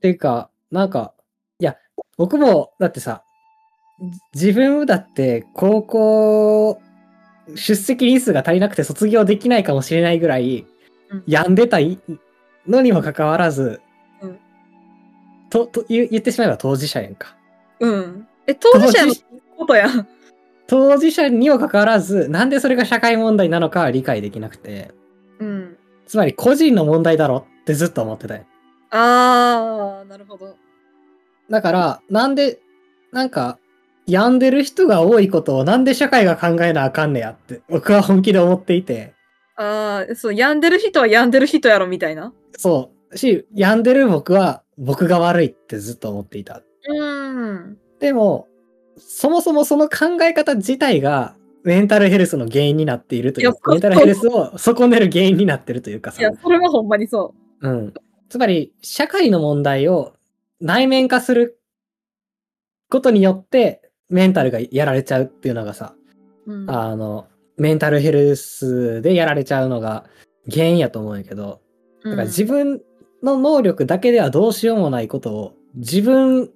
[SPEAKER 1] ていうか、なんか、いや、僕も、だってさ、じ自分だって高校、出席日数が足りなくて卒業できないかもしれないぐらい
[SPEAKER 2] うん、
[SPEAKER 1] 病んでたいのにもかかわらず、
[SPEAKER 2] うん
[SPEAKER 1] と、と言う言ってしまえば当事者やんか。
[SPEAKER 2] うん。え、当事者のことや。
[SPEAKER 1] 当事者にもかかわらず、なんでそれが社会問題なのかは理解できなくて、
[SPEAKER 2] うん。
[SPEAKER 1] つまり個人の問題だろってずっと思ってたよ。
[SPEAKER 2] あー、なるほど。
[SPEAKER 1] だから、なんで、なんか、病んでる人が多いことをなんで社会が考えなあかんねやって、僕は本気で思っていて、
[SPEAKER 2] あー、そう、病んでる人は病んでる人やろ、みたいな。
[SPEAKER 1] そう、し、病んでる僕は僕が悪いってずっと思っていた。
[SPEAKER 2] うん。
[SPEAKER 1] でも、そもそもその考え方自体が、メンタルヘルスの原因になっているとい
[SPEAKER 2] いうや
[SPEAKER 1] か、メンタルヘルスを損ねる原因になってるというか
[SPEAKER 2] い
[SPEAKER 1] さ
[SPEAKER 2] や、、それはほんまにそ
[SPEAKER 1] うん。つまり、社会の問題を内面化することによって、メンタルがやられちゃうっていうのがさ、
[SPEAKER 2] う。うん。
[SPEAKER 1] あの、メンタルヘルスでやられちゃうのが原因やと思うんやけど、だから自分の能力だけではどうしようもないことを自分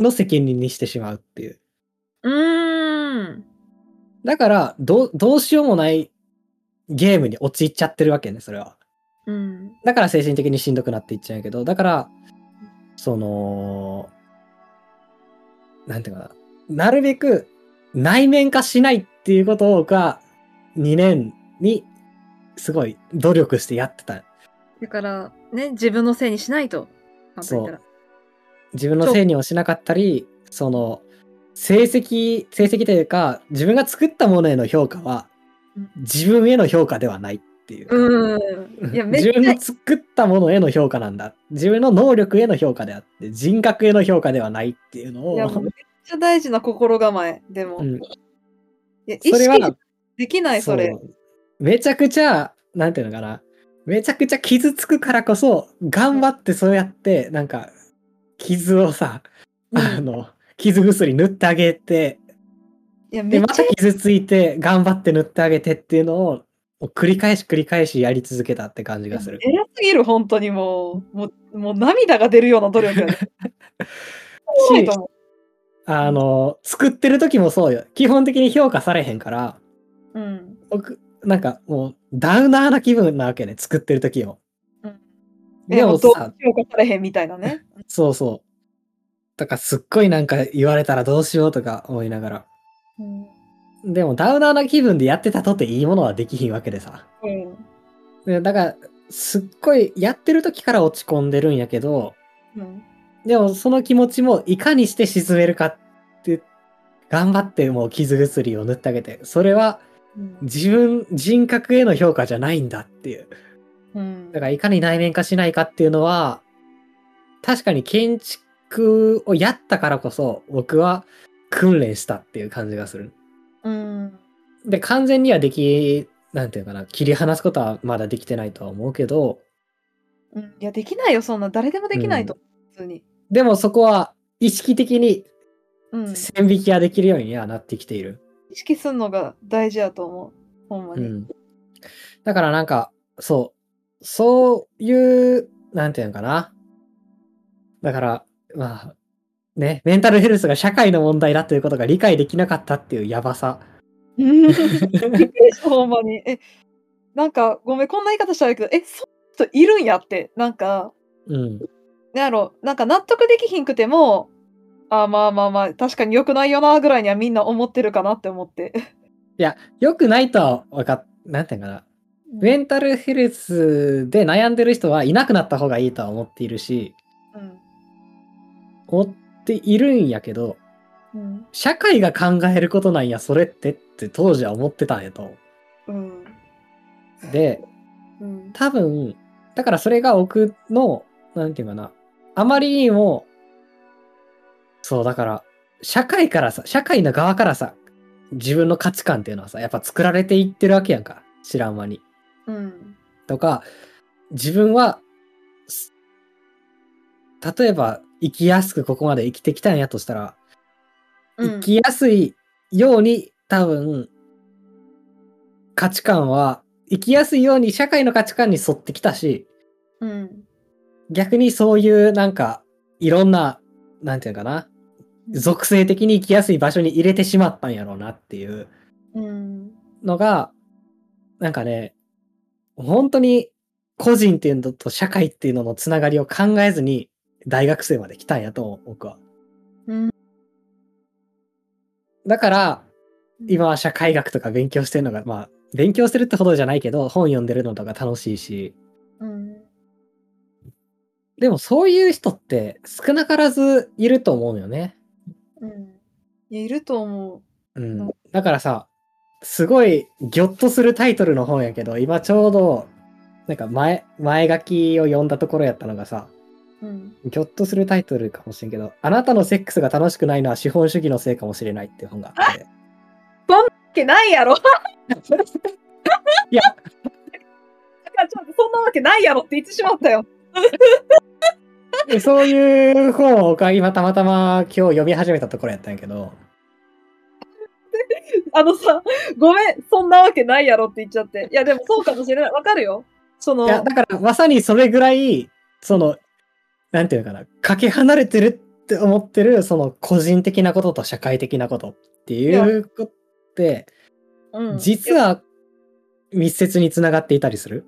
[SPEAKER 1] の責任にしてしまうっていう。
[SPEAKER 2] うん。うん。
[SPEAKER 1] だから、どう、どうしようもないゲームに陥っちゃってるわけね、それは。
[SPEAKER 2] うん。
[SPEAKER 1] だから精神的にしんどくなっていっちゃうんやけど、だから、その、なんていうかな、なるべく内面化しないっていうことを僕は2年にすごい努力してやってた。
[SPEAKER 2] だから、ね、自分のせいにしないと。簡単に言ったら
[SPEAKER 1] 自分のせいにもしなかったり、その、成績、成績というか、自分が作ったものへの評価は
[SPEAKER 2] うん、
[SPEAKER 1] 自分への評価ではないっていう。
[SPEAKER 2] うん。いや、めっち
[SPEAKER 1] 自分
[SPEAKER 2] ゃ
[SPEAKER 1] の、作ったものへの評価なんだ。自分の能力への評価であって、人格への評価ではないっていうの
[SPEAKER 2] いや、もう
[SPEAKER 1] を
[SPEAKER 2] めっ、ちゃ大事な心構え。でも、
[SPEAKER 1] う
[SPEAKER 2] い
[SPEAKER 1] ん、
[SPEAKER 2] や意
[SPEAKER 1] それ
[SPEAKER 2] 識
[SPEAKER 1] は、
[SPEAKER 2] できない、それ。
[SPEAKER 1] うめちゃくちゃ、なんていうのかな、めちゃくちゃ傷つくからこそ、頑張ってそうやって、なんか、傷をさ、
[SPEAKER 2] うん
[SPEAKER 1] あの、傷薬塗ってあげて、
[SPEAKER 2] いや、め
[SPEAKER 1] で、
[SPEAKER 2] っ
[SPEAKER 1] ま
[SPEAKER 2] ちゃ
[SPEAKER 1] た、傷ついて、頑張って塗ってあげてっていうのを、もう繰り返し繰り返しやり続けたって感じがする。
[SPEAKER 2] 偉すぎる、本当にもう、もう、もう涙が出るような努力や ね。
[SPEAKER 1] し
[SPEAKER 2] そうだと思
[SPEAKER 1] あの、作ってる時もそうよ。基本的に評価されへんから、
[SPEAKER 2] う。うん。
[SPEAKER 1] 僕、なんかもう、ダウナーな気分なわけね、作ってる時を。
[SPEAKER 2] うん
[SPEAKER 1] でも
[SPEAKER 2] どう
[SPEAKER 1] さ、
[SPEAKER 2] 評価されへんみたいなね。
[SPEAKER 1] そうそう。だからすっごいなんか言われたらどうしようとか思いながら。
[SPEAKER 2] うん。
[SPEAKER 1] でも、ダウナーな気分でやってたとていいものはできひんわけでさ。でだから、すっごいやってる時から落ち込んでるんやけど、
[SPEAKER 2] うん。
[SPEAKER 1] でもその気持ちもいかにして沈めるかって、頑張ってもう傷薬を塗ってあげて、それは
[SPEAKER 2] うん。
[SPEAKER 1] 自分、人格への評価じゃないんだっていう。
[SPEAKER 2] うん
[SPEAKER 1] だからいかに内面化しないかっていうのは、確かに建築をやったからこそ、僕は訓練したっていう感じがする。
[SPEAKER 2] うん。
[SPEAKER 1] で、完全にはでき、なんていうかな、切り離すことはまだできてないとは思うけど、
[SPEAKER 2] うんいや、できないよ、そんな。誰でもできないと思う。普通に。
[SPEAKER 1] でもそこは意識的に
[SPEAKER 2] うん。
[SPEAKER 1] 線引きができるようにはなってきている。
[SPEAKER 2] 意識するのが大事やと思う。ほんま
[SPEAKER 1] う
[SPEAKER 2] に。
[SPEAKER 1] ん。だからなんか、そう、そういう、なんていうのかな。だから、まあ、ね、メンタルヘルスが社会の問題だということが理解できなかったっていうやばさ。
[SPEAKER 2] びっくりした、ほんまに。え、なんか、ごめん、こんな言い方したらあれやけど、え、そ人いるんやってなんか
[SPEAKER 1] うん。
[SPEAKER 2] なんやろなんか納得できひんくてもあーまあまあまあ確かに良くないよなぐらいにはみんな思ってるかなって思って。
[SPEAKER 1] よくないとは分かっ、なんていうのかな。メンタルヘルスで悩んでる人はいなくなった方がいいとは思っているし、
[SPEAKER 2] うん
[SPEAKER 1] 思っているんやけど、
[SPEAKER 2] うん
[SPEAKER 1] 社会が考えることなんや、それってって当時は思ってたんやと。
[SPEAKER 2] うん
[SPEAKER 1] で、
[SPEAKER 2] うん
[SPEAKER 1] 多分、だからそれが僕の、なんていうかな、あまりにも、そう、だから、社会からさ、社会の側からさ、自分の価値観っていうのはさ、やっぱ作られていってるわけやんか、知らん間に。
[SPEAKER 2] うん
[SPEAKER 1] とか、自分は、す例えば、生きやすくここまで生きてきたんやとしたら、生きやすいように多分価値観は生きやすいように社会の価値観に沿ってきたし
[SPEAKER 2] うん
[SPEAKER 1] 逆にそういうなんかいろんななんていうのかな属性的に生きやすい場所に入れてしまったんやろうなっていう
[SPEAKER 2] うん
[SPEAKER 1] のがなんかね本当に個人っていうのと社会っていうののつながりを考えずに大学生まで来たんやと思う僕は。
[SPEAKER 2] うん
[SPEAKER 1] だから今は社会学とか勉強してるのがまあ勉強してるってほどじゃないけど本読んでるのとか楽しいし
[SPEAKER 2] うん
[SPEAKER 1] でもそういう人って少なからずいると思うよね。
[SPEAKER 2] うんいやいると思う。
[SPEAKER 1] うん、だからさすごいギョッとするタイトルの本やけど今ちょうどなんか前前書きを読んだところやったのがさ
[SPEAKER 2] うん
[SPEAKER 1] ギョッとするタイトルかもしれんけど「あなたのセックスが楽しくないのは資本主義のせいかもしれない」っていう本があって。
[SPEAKER 2] わけないやろ
[SPEAKER 1] い や
[SPEAKER 2] だからちょっとそんなわけないやろって言ってしまったよ。
[SPEAKER 1] でそういう本を僕は今たまたま今日読み始めたところやったんやけど、
[SPEAKER 2] あのさ、ごめん、そんなわけないやろって言っちゃって。いや、でもそうかもしれない。わかるよ。その
[SPEAKER 1] い、やだからまさにそれぐらい、その、なんていうのかな、かけ離れてるって思ってる、その個人的なことと社会的なことっていうことって、
[SPEAKER 2] うん
[SPEAKER 1] 実は密接につながっていたりする。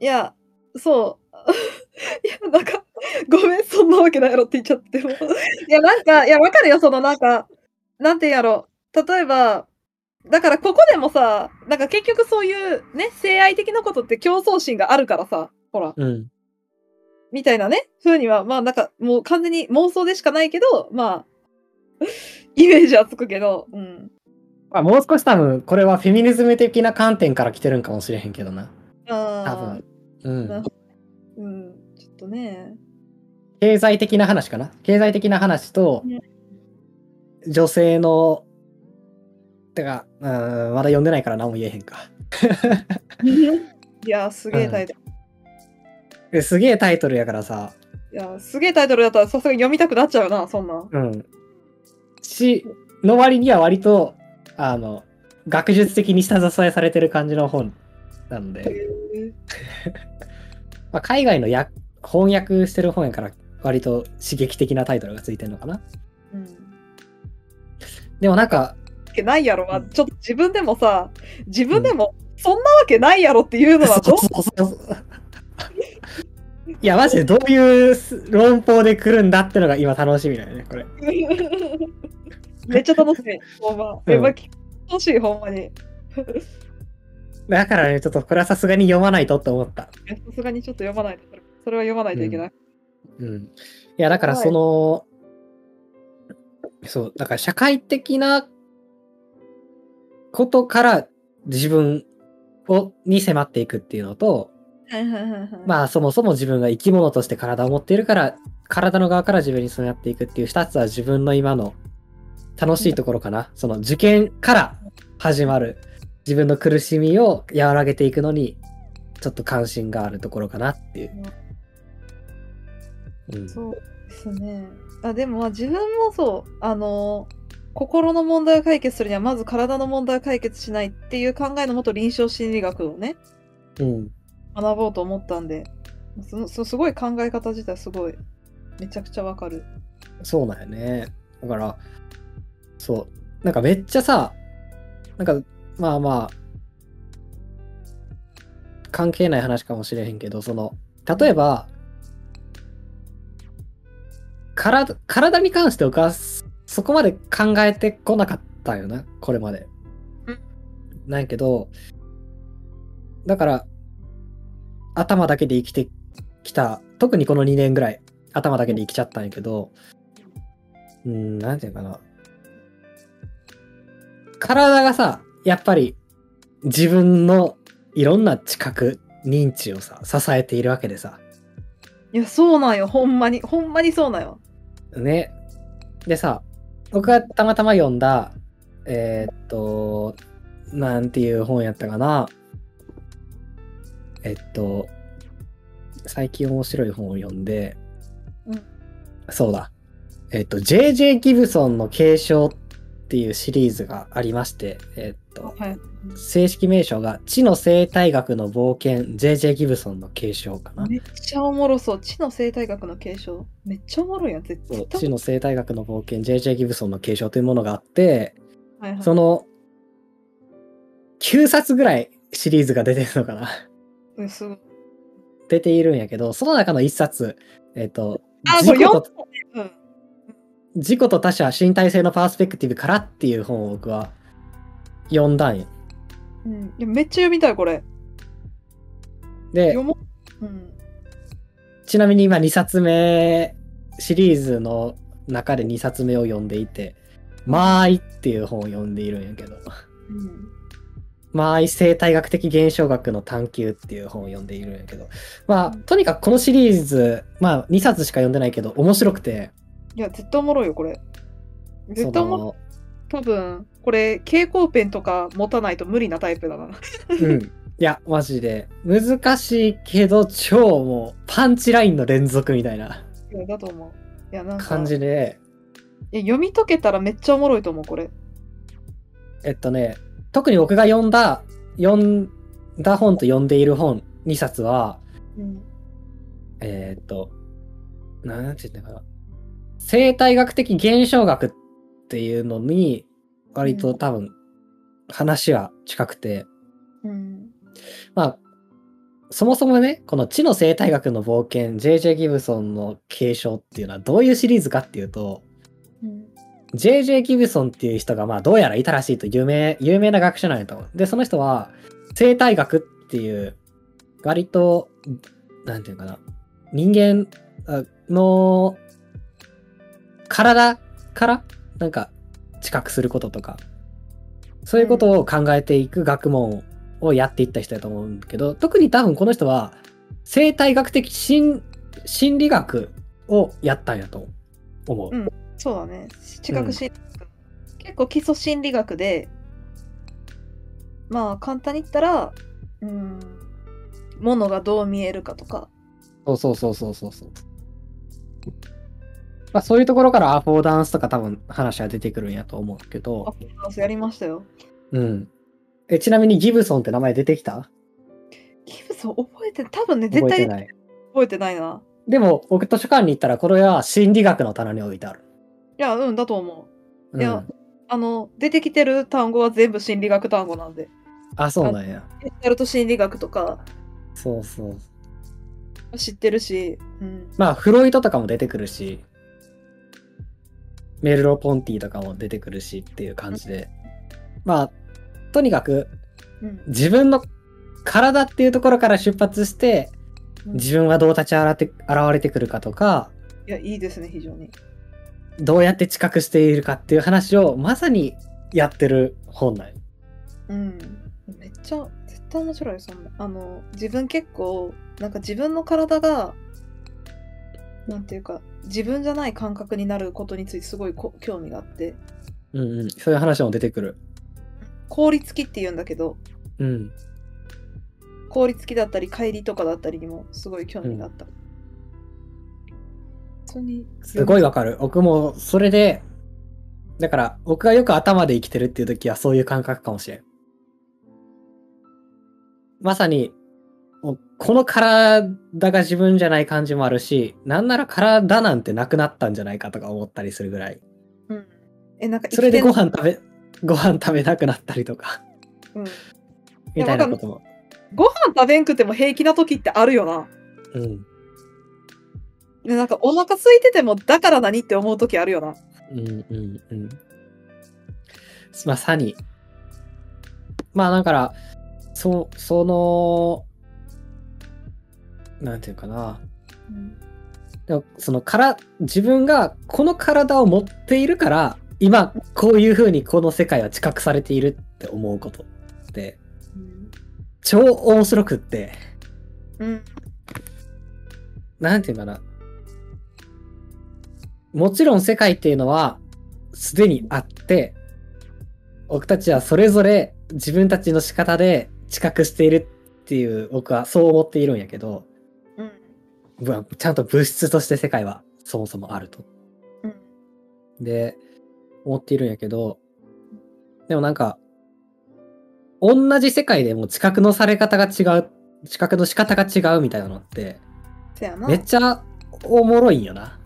[SPEAKER 2] いや、そう。 いや、なんか、ごめん、そんなわけないやろって言っちゃっても。いや、なんか、いや、わかるよ、その、なんか、なんて言うんやろ。例えば、だから、ここでもさ、なんか結局そういう、ね、性愛的なことって競争心があるからさ、ほら、
[SPEAKER 1] うん。
[SPEAKER 2] みたいなね、風には、まあ、なんか、もう完全に妄想でしかないけど、まあ、イメージはつくけど、うん。
[SPEAKER 1] まあ、もう少し多分、これはフェミニズム的な観点から来てるんかもしれへんけどな。多
[SPEAKER 2] あ
[SPEAKER 1] 分。うん。
[SPEAKER 2] ーうん、ちょっ とね。
[SPEAKER 1] 経済的な話かな経済的な話と
[SPEAKER 2] うん
[SPEAKER 1] 女性のてかうーんまだ読んでないから何も言えへんか
[SPEAKER 2] いや、すげえタイトル
[SPEAKER 1] えすげえタイトルやからさ
[SPEAKER 2] いや、すげえタイトルだったらさすがに読みたくなっちゃうな、そんなん。
[SPEAKER 1] うんしの割には割とあの学術的に下支えされてる感じの本なので、まあ、海外のや翻訳してる本やから割と刺激的なタイトルがついてるのかな
[SPEAKER 2] うん。
[SPEAKER 1] でもなんか
[SPEAKER 2] けないやろは、
[SPEAKER 1] うん
[SPEAKER 2] ちょっと自分でもさ、自分でも、そんなわけないやろっていうのはどう、
[SPEAKER 1] そうそうそうそう いやマジでどういう論法で来るんだってのが今楽しみだよねこれ
[SPEAKER 2] めっちゃ楽しみ、ほんま。
[SPEAKER 1] うん
[SPEAKER 2] やっぱ聞楽しい、ほんまに。
[SPEAKER 1] だからねちょっとこれはさすがに読まないとって思った
[SPEAKER 2] さすがにちょっと読まないと、それそれは読まないといけない。
[SPEAKER 1] うんいやだから
[SPEAKER 2] はい
[SPEAKER 1] そのそうだから社会的なことから自分をに迫っていくっていうのと
[SPEAKER 2] はいはいはいはい。
[SPEAKER 1] まあそもそも自分が生き物として体を持っているから体の側から自分に備わっていくっていう2つは自分の今の楽しいところかなその受験から始まる自分の苦しみを和らげていくのにちょっと関心があるところかなっていう。うん、
[SPEAKER 2] そうですね。あでもまあ自分もそうあの心の問題を解決するにはまず体の問題を解決しないっていう考えのもと臨床心理学をね
[SPEAKER 1] うん
[SPEAKER 2] 学ぼうと思ったんでそそすごい考え方自体すごいめちゃくちゃわかる。
[SPEAKER 1] そうなんよね。だから、そう。なんかめっちゃさ、なんか、まあまあ、関係ない話かもしれへんけど、その、例えば、体、体に関して僕はそそこまで考えてこなかったよな、これまで
[SPEAKER 2] うん。
[SPEAKER 1] ないけど、だから、頭だけで生きてきた、特にこの2年ぐらい、頭だけで生きちゃったんやけど、うん、なんていうかな。体がさ、やっぱり自分のいろんな知覚、認知をさ、支えているわけでさ。
[SPEAKER 2] いや、そうなんよ。ほんまに、ほんまにそうなんよ。
[SPEAKER 1] ね。でさ、僕がたまたま読んだ、えーっと、なんていう本やったかな。えっと、最近面白い本を読んで、
[SPEAKER 2] うん
[SPEAKER 1] そうだ。えっと、J.J. ギブソンの継承っていうシリーズがありまして、えっと、
[SPEAKER 2] はい。
[SPEAKER 1] 正式名称が知の生態学の冒険 J.J. ギブソンの継承かな。
[SPEAKER 2] めっちゃおもろそう。知の生態学の継承。めっちゃおもろいやん。絶
[SPEAKER 1] そう
[SPEAKER 2] 対。
[SPEAKER 1] 知の生態学の冒険 J.J. ギブソンの継承というものがあって、
[SPEAKER 2] はいはい
[SPEAKER 1] その9冊ぐらいシリーズが出てるのかな
[SPEAKER 2] うんすごい
[SPEAKER 1] 出ているんやけど、その中の1冊、えっ、と、
[SPEAKER 2] あ、こ
[SPEAKER 1] 自
[SPEAKER 2] れ
[SPEAKER 1] 己
[SPEAKER 2] 読ん
[SPEAKER 1] と
[SPEAKER 2] だうん。
[SPEAKER 1] 自己と他者身体性のパースペクティブからっていう本を僕は読んだんよ。
[SPEAKER 2] うん、いやめっちゃ読みたい、これ。
[SPEAKER 1] で
[SPEAKER 2] 読、もう。うん。
[SPEAKER 1] ちなみに今2冊目シリーズの中で2冊目を読んでいて「間合い」っていう本を読んでいるんやけど
[SPEAKER 2] うん。
[SPEAKER 1] 「間合い生態学的現象学の探求」っていう本を読んでいるんやけどまあとにかくこのシリーズまあ2冊しか読んでないけど面白くて
[SPEAKER 2] いや、絶対おもろいよ、これ。
[SPEAKER 1] そ
[SPEAKER 2] 絶対おもろい。
[SPEAKER 1] の
[SPEAKER 2] 多分、これ、蛍光ペンとか持たないと無理なタイプだな。
[SPEAKER 1] うんいやマジで難しいけど超もうパンチラインの連続みたいない
[SPEAKER 2] やだと思う。いや、なんか。
[SPEAKER 1] 感じで
[SPEAKER 2] いや読み解けたらめっちゃおもろいと思う、これ。
[SPEAKER 1] えっとね、特に僕が読んだ、読んだ本と読んでいる本2冊は、
[SPEAKER 2] うん。
[SPEAKER 1] えーっと、なんて言うんだかな。生態学的現象学っていうのに、割と多分、話は近くて、
[SPEAKER 2] うん。
[SPEAKER 1] まあ、そもそもね、この知の生態学の冒険、J.J. ギブソンの継承っていうのはどういうシリーズかっていうと、
[SPEAKER 2] うん。
[SPEAKER 1] J.J. ギブソンっていう人が、まあ、どうやらいたらしいと有名、有名な学者なんやと思う。で、その人は、生態学っていう、割と、なんていうのかな、人間あの体から、なんか、知覚することとか、そういうことを考えていく学問をやっていった人やと思うんだけど、特に多分この人は、生態学的心心理学をやったんやと思う。
[SPEAKER 2] うんそうだね。知覚心理学、結構基礎心理学で、まあ、簡単に言ったら、うん。ものがどう見えるかとか。
[SPEAKER 1] そうそうそうそうそうそう。まあそういうところからアフォーダンスとか多分話は出てくるんやと思うけ
[SPEAKER 2] あ
[SPEAKER 1] ど。
[SPEAKER 2] やりましたよ。
[SPEAKER 1] うん。え、ちなみにギブソンって名前出てきた
[SPEAKER 2] ギブソン覚えて多分ね、絶
[SPEAKER 1] 覚えて
[SPEAKER 2] 対
[SPEAKER 1] ない。
[SPEAKER 2] 覚えてないな。
[SPEAKER 1] でも僕図書館に行ったらこれは心理学の棚に置いてある。
[SPEAKER 2] いや、うんだと思
[SPEAKER 1] う
[SPEAKER 2] う。
[SPEAKER 1] ん、
[SPEAKER 2] いや、あの、出てきてる単語は全部心理学単語なんで。
[SPEAKER 1] あ、そうなんや。
[SPEAKER 2] やると心理学とか
[SPEAKER 1] そうそう。
[SPEAKER 2] 知ってるし、うん。
[SPEAKER 1] まあフロイトとかも出てくるし、メルロ・ポンティとかも出てくるしっていう感じで。まあ、とにかく
[SPEAKER 2] うん
[SPEAKER 1] 自分の体っていうところから出発して、
[SPEAKER 2] うん
[SPEAKER 1] 自分はどう立ち現れて現れてくるかとか
[SPEAKER 2] いや、いいですね、非常に。
[SPEAKER 1] どうやって知覚しているかっていう話をまさにやってる本なんよ
[SPEAKER 2] うん。めっちゃ、絶対面白い、そんな。あの、自分結構、なんか自分の体が、なんていうか、自分じゃない感覚になることについてすごいこ興味があって、
[SPEAKER 1] うんうん、そういう話も出てくる。
[SPEAKER 2] 凍りつきって言うんだけど、
[SPEAKER 1] うん、
[SPEAKER 2] 凍りつきだったり、帰りとかだったりにもすごい興味があった。普通に
[SPEAKER 1] すごいわかる。僕もそれで、だから僕がよく頭で生きてるっていう時はそういう感覚かもしれん。まさに、もうこの体が自分じゃない感じもあるし、なんなら体なんてなくなったんじゃないかとか思ったりするぐらい。
[SPEAKER 2] うん。え、なんか生き
[SPEAKER 1] そ
[SPEAKER 2] て
[SPEAKER 1] れ
[SPEAKER 2] ん
[SPEAKER 1] でご飯食べ、ご飯食べなくなったりとか。
[SPEAKER 2] うん
[SPEAKER 1] みたいなことも
[SPEAKER 2] ご飯食べんくても平気な時ってあるよな。
[SPEAKER 1] うん。
[SPEAKER 2] でなんかお腹空いててもだから何って思う時あるよな。
[SPEAKER 1] うんうんうん。まさに。まあだから、そ、その、なんていうかな。でもそのから、自分がこの体を持っているから、今こういう風にこの世界は知覚されているって思うことって、超面白くって、
[SPEAKER 2] うん。
[SPEAKER 1] なんていうかな。もちろん世界っていうのは、すでにあって、僕たちはそれぞれ自分たちの仕方で知覚しているっていう、僕はそう思っているんやけど、
[SPEAKER 2] うん。
[SPEAKER 1] ぶわちゃんと物質として世界はそもそもあると。
[SPEAKER 2] うん。
[SPEAKER 1] で、思っているんやけど、でもなんか、同じ世界でも知覚のされ方が違う、知覚の仕方が違うみたいなのって、
[SPEAKER 2] せやな
[SPEAKER 1] め。っちゃおもろいんよな。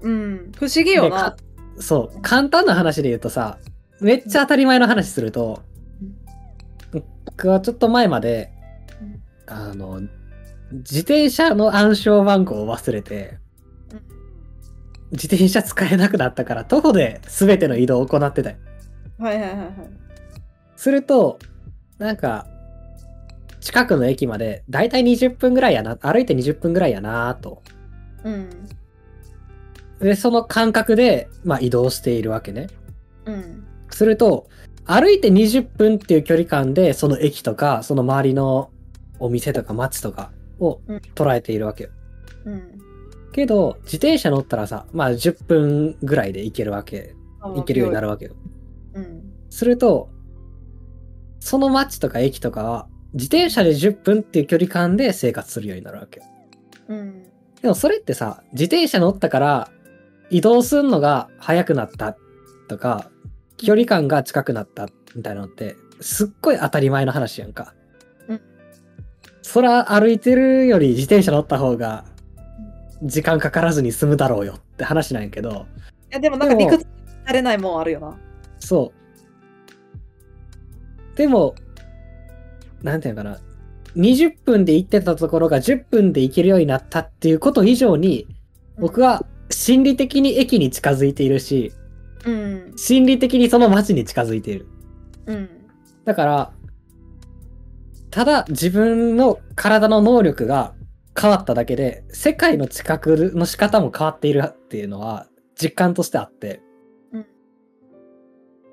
[SPEAKER 2] うん。不思議よな
[SPEAKER 1] で。そう簡単な話で言うとさめっちゃ当たり前の話すると僕はちょっと前まで
[SPEAKER 2] うん
[SPEAKER 1] あの自転車の暗証番号を忘れて
[SPEAKER 2] うん
[SPEAKER 1] 自転車使えなくなったから徒歩で全ての移動を行ってたよ
[SPEAKER 2] はいはいはいはい。
[SPEAKER 1] するとなんか近くの駅までだいたい20分ぐらいやな歩いて20分ぐらいやなと
[SPEAKER 2] うん。
[SPEAKER 1] でその感覚で、まあ、移動しているわけね
[SPEAKER 2] うん。
[SPEAKER 1] すると、歩いて20分っていう距離感で、その駅とか、その周りのお店とか街とかを
[SPEAKER 2] うん
[SPEAKER 1] 捉えているわけよ。
[SPEAKER 2] うん。
[SPEAKER 1] けど、自転車乗ったらさ、まあ10分ぐらいで行けるわけ、行けるようにな
[SPEAKER 2] る。
[SPEAKER 1] るわけよ。
[SPEAKER 2] うん。
[SPEAKER 1] すると、その街とか駅とかは、自転車で10分っていう距離感で生活するようになるわけよ。
[SPEAKER 2] うん。
[SPEAKER 1] でもそれってさ、自転車乗ったから移動すんのが速くなったとか、距離感が近くなったみたいなのって、すっごい当たり前の話やんか。
[SPEAKER 2] うん。
[SPEAKER 1] そら歩いてるより自転車乗った方が時間かからずに済むだろうよって話なんやけど、
[SPEAKER 2] いやでもなんか
[SPEAKER 1] で
[SPEAKER 2] 理
[SPEAKER 1] も
[SPEAKER 2] 屈されないもんあるよな。
[SPEAKER 1] そう。でも、なんていうのかな。20分で行ってたところが10分で行けるようになったっていうこと以上に、僕
[SPEAKER 2] は。
[SPEAKER 1] は心理的に駅に近づいているし
[SPEAKER 2] うん。
[SPEAKER 1] 心理的にその街に近づいている
[SPEAKER 2] うん。
[SPEAKER 1] だからただ自分の体の能力が変わっただけで世界の知覚の仕方も変わっているっていうのは実感としてあって、
[SPEAKER 2] うん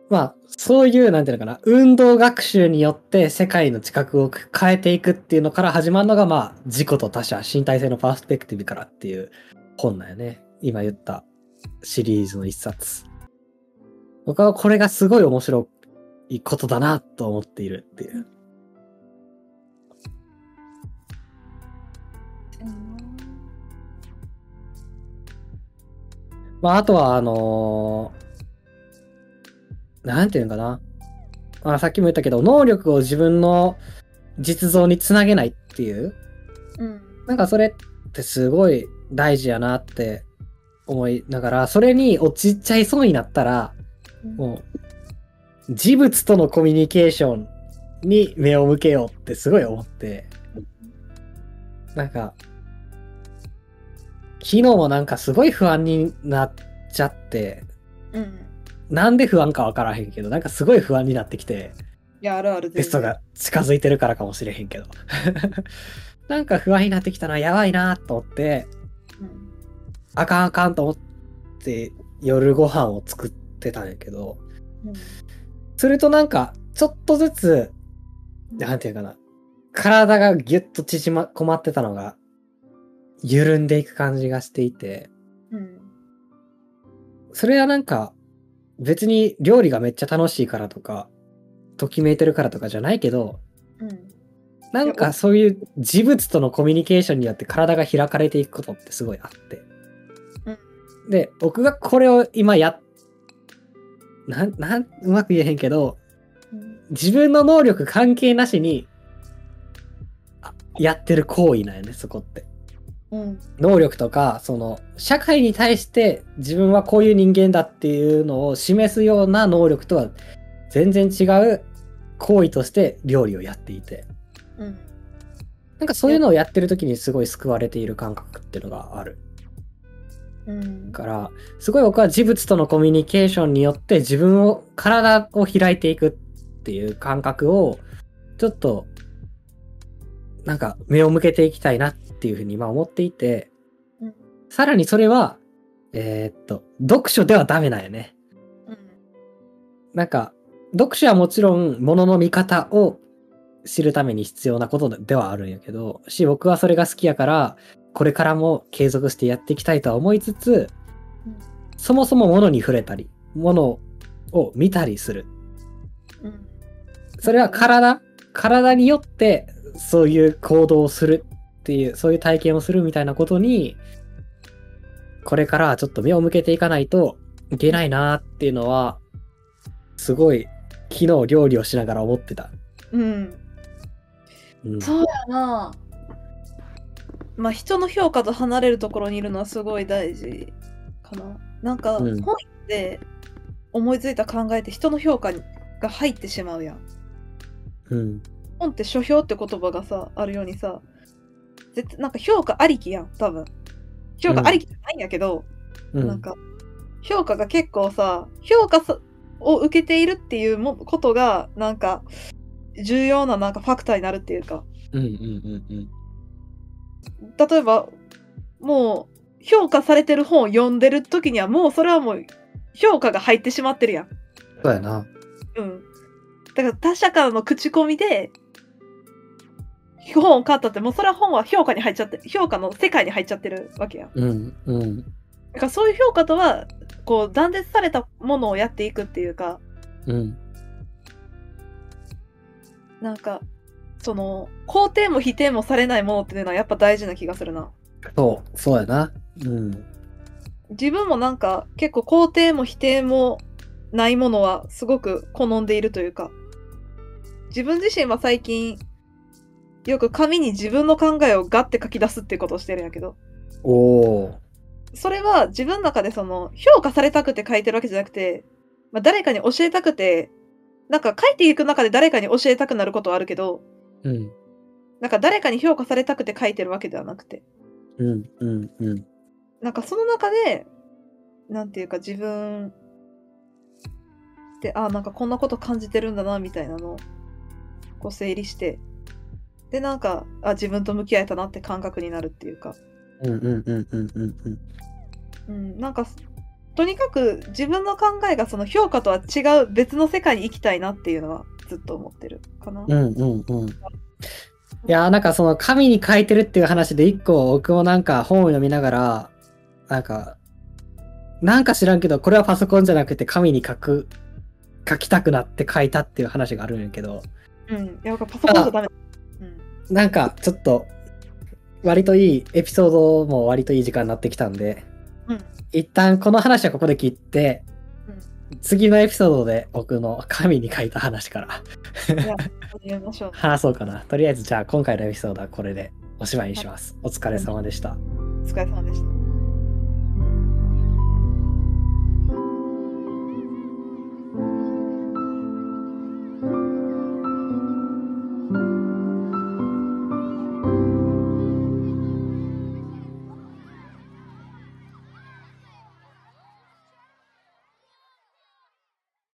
[SPEAKER 1] まあそういうなんていうのかな運動学習によって世界の知覚を変えていくっていうのから始まるのがまあ自己と他者身体性のパースペクティブからっていう本だよね今言ったシリーズの一冊僕はこれがすごい面白いことだなと思っているっていうまあ、あとは、あのーなんていうのかな。まあ、さっきも言ったけど、能力を自分の実像につなげないっていう、
[SPEAKER 2] うん。
[SPEAKER 1] なんかそれってすごい大事やなって思いながら、それに陥っちゃいそうになったら、もう、事物とのコミュニケーションに目を向けようってすごい思って、なんか、昨日もなんかすごい不安になっちゃって、
[SPEAKER 2] うん。
[SPEAKER 1] なんで不安かわからへんけど、なんかすごい不安になってきて、
[SPEAKER 2] いや、あるある全
[SPEAKER 1] テ
[SPEAKER 2] 然
[SPEAKER 1] ストが近づいてるからかもしれへんけど。 なんか不安になってきたな、やばいなと思って、
[SPEAKER 2] うん
[SPEAKER 1] あかんあかんと思って夜ご飯を作ってたんやけど、
[SPEAKER 2] うん
[SPEAKER 1] するとなんか、ちょっとずつ、なんていうかな、体がギュッと縮ま、困ってたのが、緩んでいく感じがしていて、
[SPEAKER 2] うん。
[SPEAKER 1] それはなんか、別に料理がめっちゃ楽しいからとか、ときめいてるからとかじゃないけど、
[SPEAKER 2] うん。
[SPEAKER 1] なんかそういう事物とのコミュニケーションによって体が開かれていくことってすごいあって。で、僕がこれを今やっ、なん、なん、うまく言えへんけど、
[SPEAKER 2] うん
[SPEAKER 1] 自分の能力関係なしに、あやってる行為なんよね、そこって。
[SPEAKER 2] うん。
[SPEAKER 1] 能力とか、その、社会に対して自分はこういう人間だっていうのを示すような能力とは全然違う行為として料理をやっていて。
[SPEAKER 2] うん。
[SPEAKER 1] なんかそういうのをやってる時にすごい救われている感覚っていうのがある
[SPEAKER 2] うん
[SPEAKER 1] からすごい僕は事物とのコミュニケーションによって自分を体を開いていくっていう感覚をちょっとなんか目を向けていきたいなっていうふうに今思っていて、
[SPEAKER 2] うん
[SPEAKER 1] さらにそれはえーっと読書ではダメなんよね
[SPEAKER 2] うん
[SPEAKER 1] なんか読書はもちろんものの見方を知るために必要なことではあるんやけどし僕はそれが好きやからこれからも継続してやっていきたいとは思いつつ
[SPEAKER 2] うん
[SPEAKER 1] そもそも物に触れたり物を見たりする
[SPEAKER 2] うん
[SPEAKER 1] それは体体によってそういう行動をするっていうそういう体験をするみたいなことにこれからはちょっと目を向けていかないといけないなーっていうのはすごい昨日料理をしながら思ってた、
[SPEAKER 2] うん
[SPEAKER 1] うん、
[SPEAKER 2] そうやなまあ人の評価と離れるところにいるのはすごい大事かななん
[SPEAKER 1] う
[SPEAKER 2] か本
[SPEAKER 1] ん
[SPEAKER 2] って思いついた考えって人の評価が入ってしまうやん
[SPEAKER 1] うん
[SPEAKER 2] 本って書評って言葉がさあるようにさ絶対なんか評価ありきやん多分評価ありきじゃないんやけど、
[SPEAKER 1] うん
[SPEAKER 2] なんか評価が結構さ評価さを受けているっていうもことがなんか重要ななんかファクターになるっていうか
[SPEAKER 1] うんうんうん
[SPEAKER 2] 例えばもう評価されてる本を読んでる時にはもうそれはもう評価が入ってしまってるやん。
[SPEAKER 1] そうやな
[SPEAKER 2] うん。だから他者からの口コミで本を買ったってもうそれは本は評価に入っちゃって評価の世界に入っちゃってるわけやん。
[SPEAKER 1] うんうん
[SPEAKER 2] だからそういう評価とはこう断絶されたものをやっていくっていうか
[SPEAKER 1] うん
[SPEAKER 2] なんかその肯定も否定もされないものっていうのはやっぱ大事な気がするな。
[SPEAKER 1] そうそうやなうん
[SPEAKER 2] 自分もなんか結構肯定も否定もないものはすごく好んでいるというか自分自身は最近よく紙に自分の考えをガッて書き出すってことをしてるんやけど
[SPEAKER 1] おお
[SPEAKER 2] それは自分の中でその評価されたくて書いてるわけじゃなくて、まあ、誰かに教えたくてなんか書いていく中で誰かに教えたくなることはあるけど
[SPEAKER 1] ーうん
[SPEAKER 2] なんか誰かに評価されたくて書いてるわけではなくて
[SPEAKER 1] うんうんうん
[SPEAKER 2] なんかその中で、なんていうか自分で、あなんかこんなこと感じてるんだな、みたいなのを、こう整理して、で、なんか、あ、自分と向き合えたなって感覚になるっていうか、
[SPEAKER 1] うんうんうんうんうんうん
[SPEAKER 2] うん、なんか、とにかく自分の考えがその評価とは違う別の世界に行きたいなっていうのはずっと思ってるかな。
[SPEAKER 1] うんうんうん。いやーなんかその紙に書いてるっていう話で一個僕もなんか本を読みながらなんかなんか知らんけどこれはパソコンじゃなくて紙に書く書きたくなって書いたっていう話があるんやけど
[SPEAKER 2] うん。いや、なんかパソコンじゃダメ。うん。
[SPEAKER 1] なんかちょっと割といいエピソードも割といい時間になってきたんで
[SPEAKER 2] うん。
[SPEAKER 1] 一旦この話はここで切って次のエピソードで僕の紙に書いた話から
[SPEAKER 2] じゃあ、始めましょう。
[SPEAKER 1] 話そうかなとりあえずじゃあ今回のエピソードはこれでおしまいにしますお疲れ様でした
[SPEAKER 2] お疲れ様でした。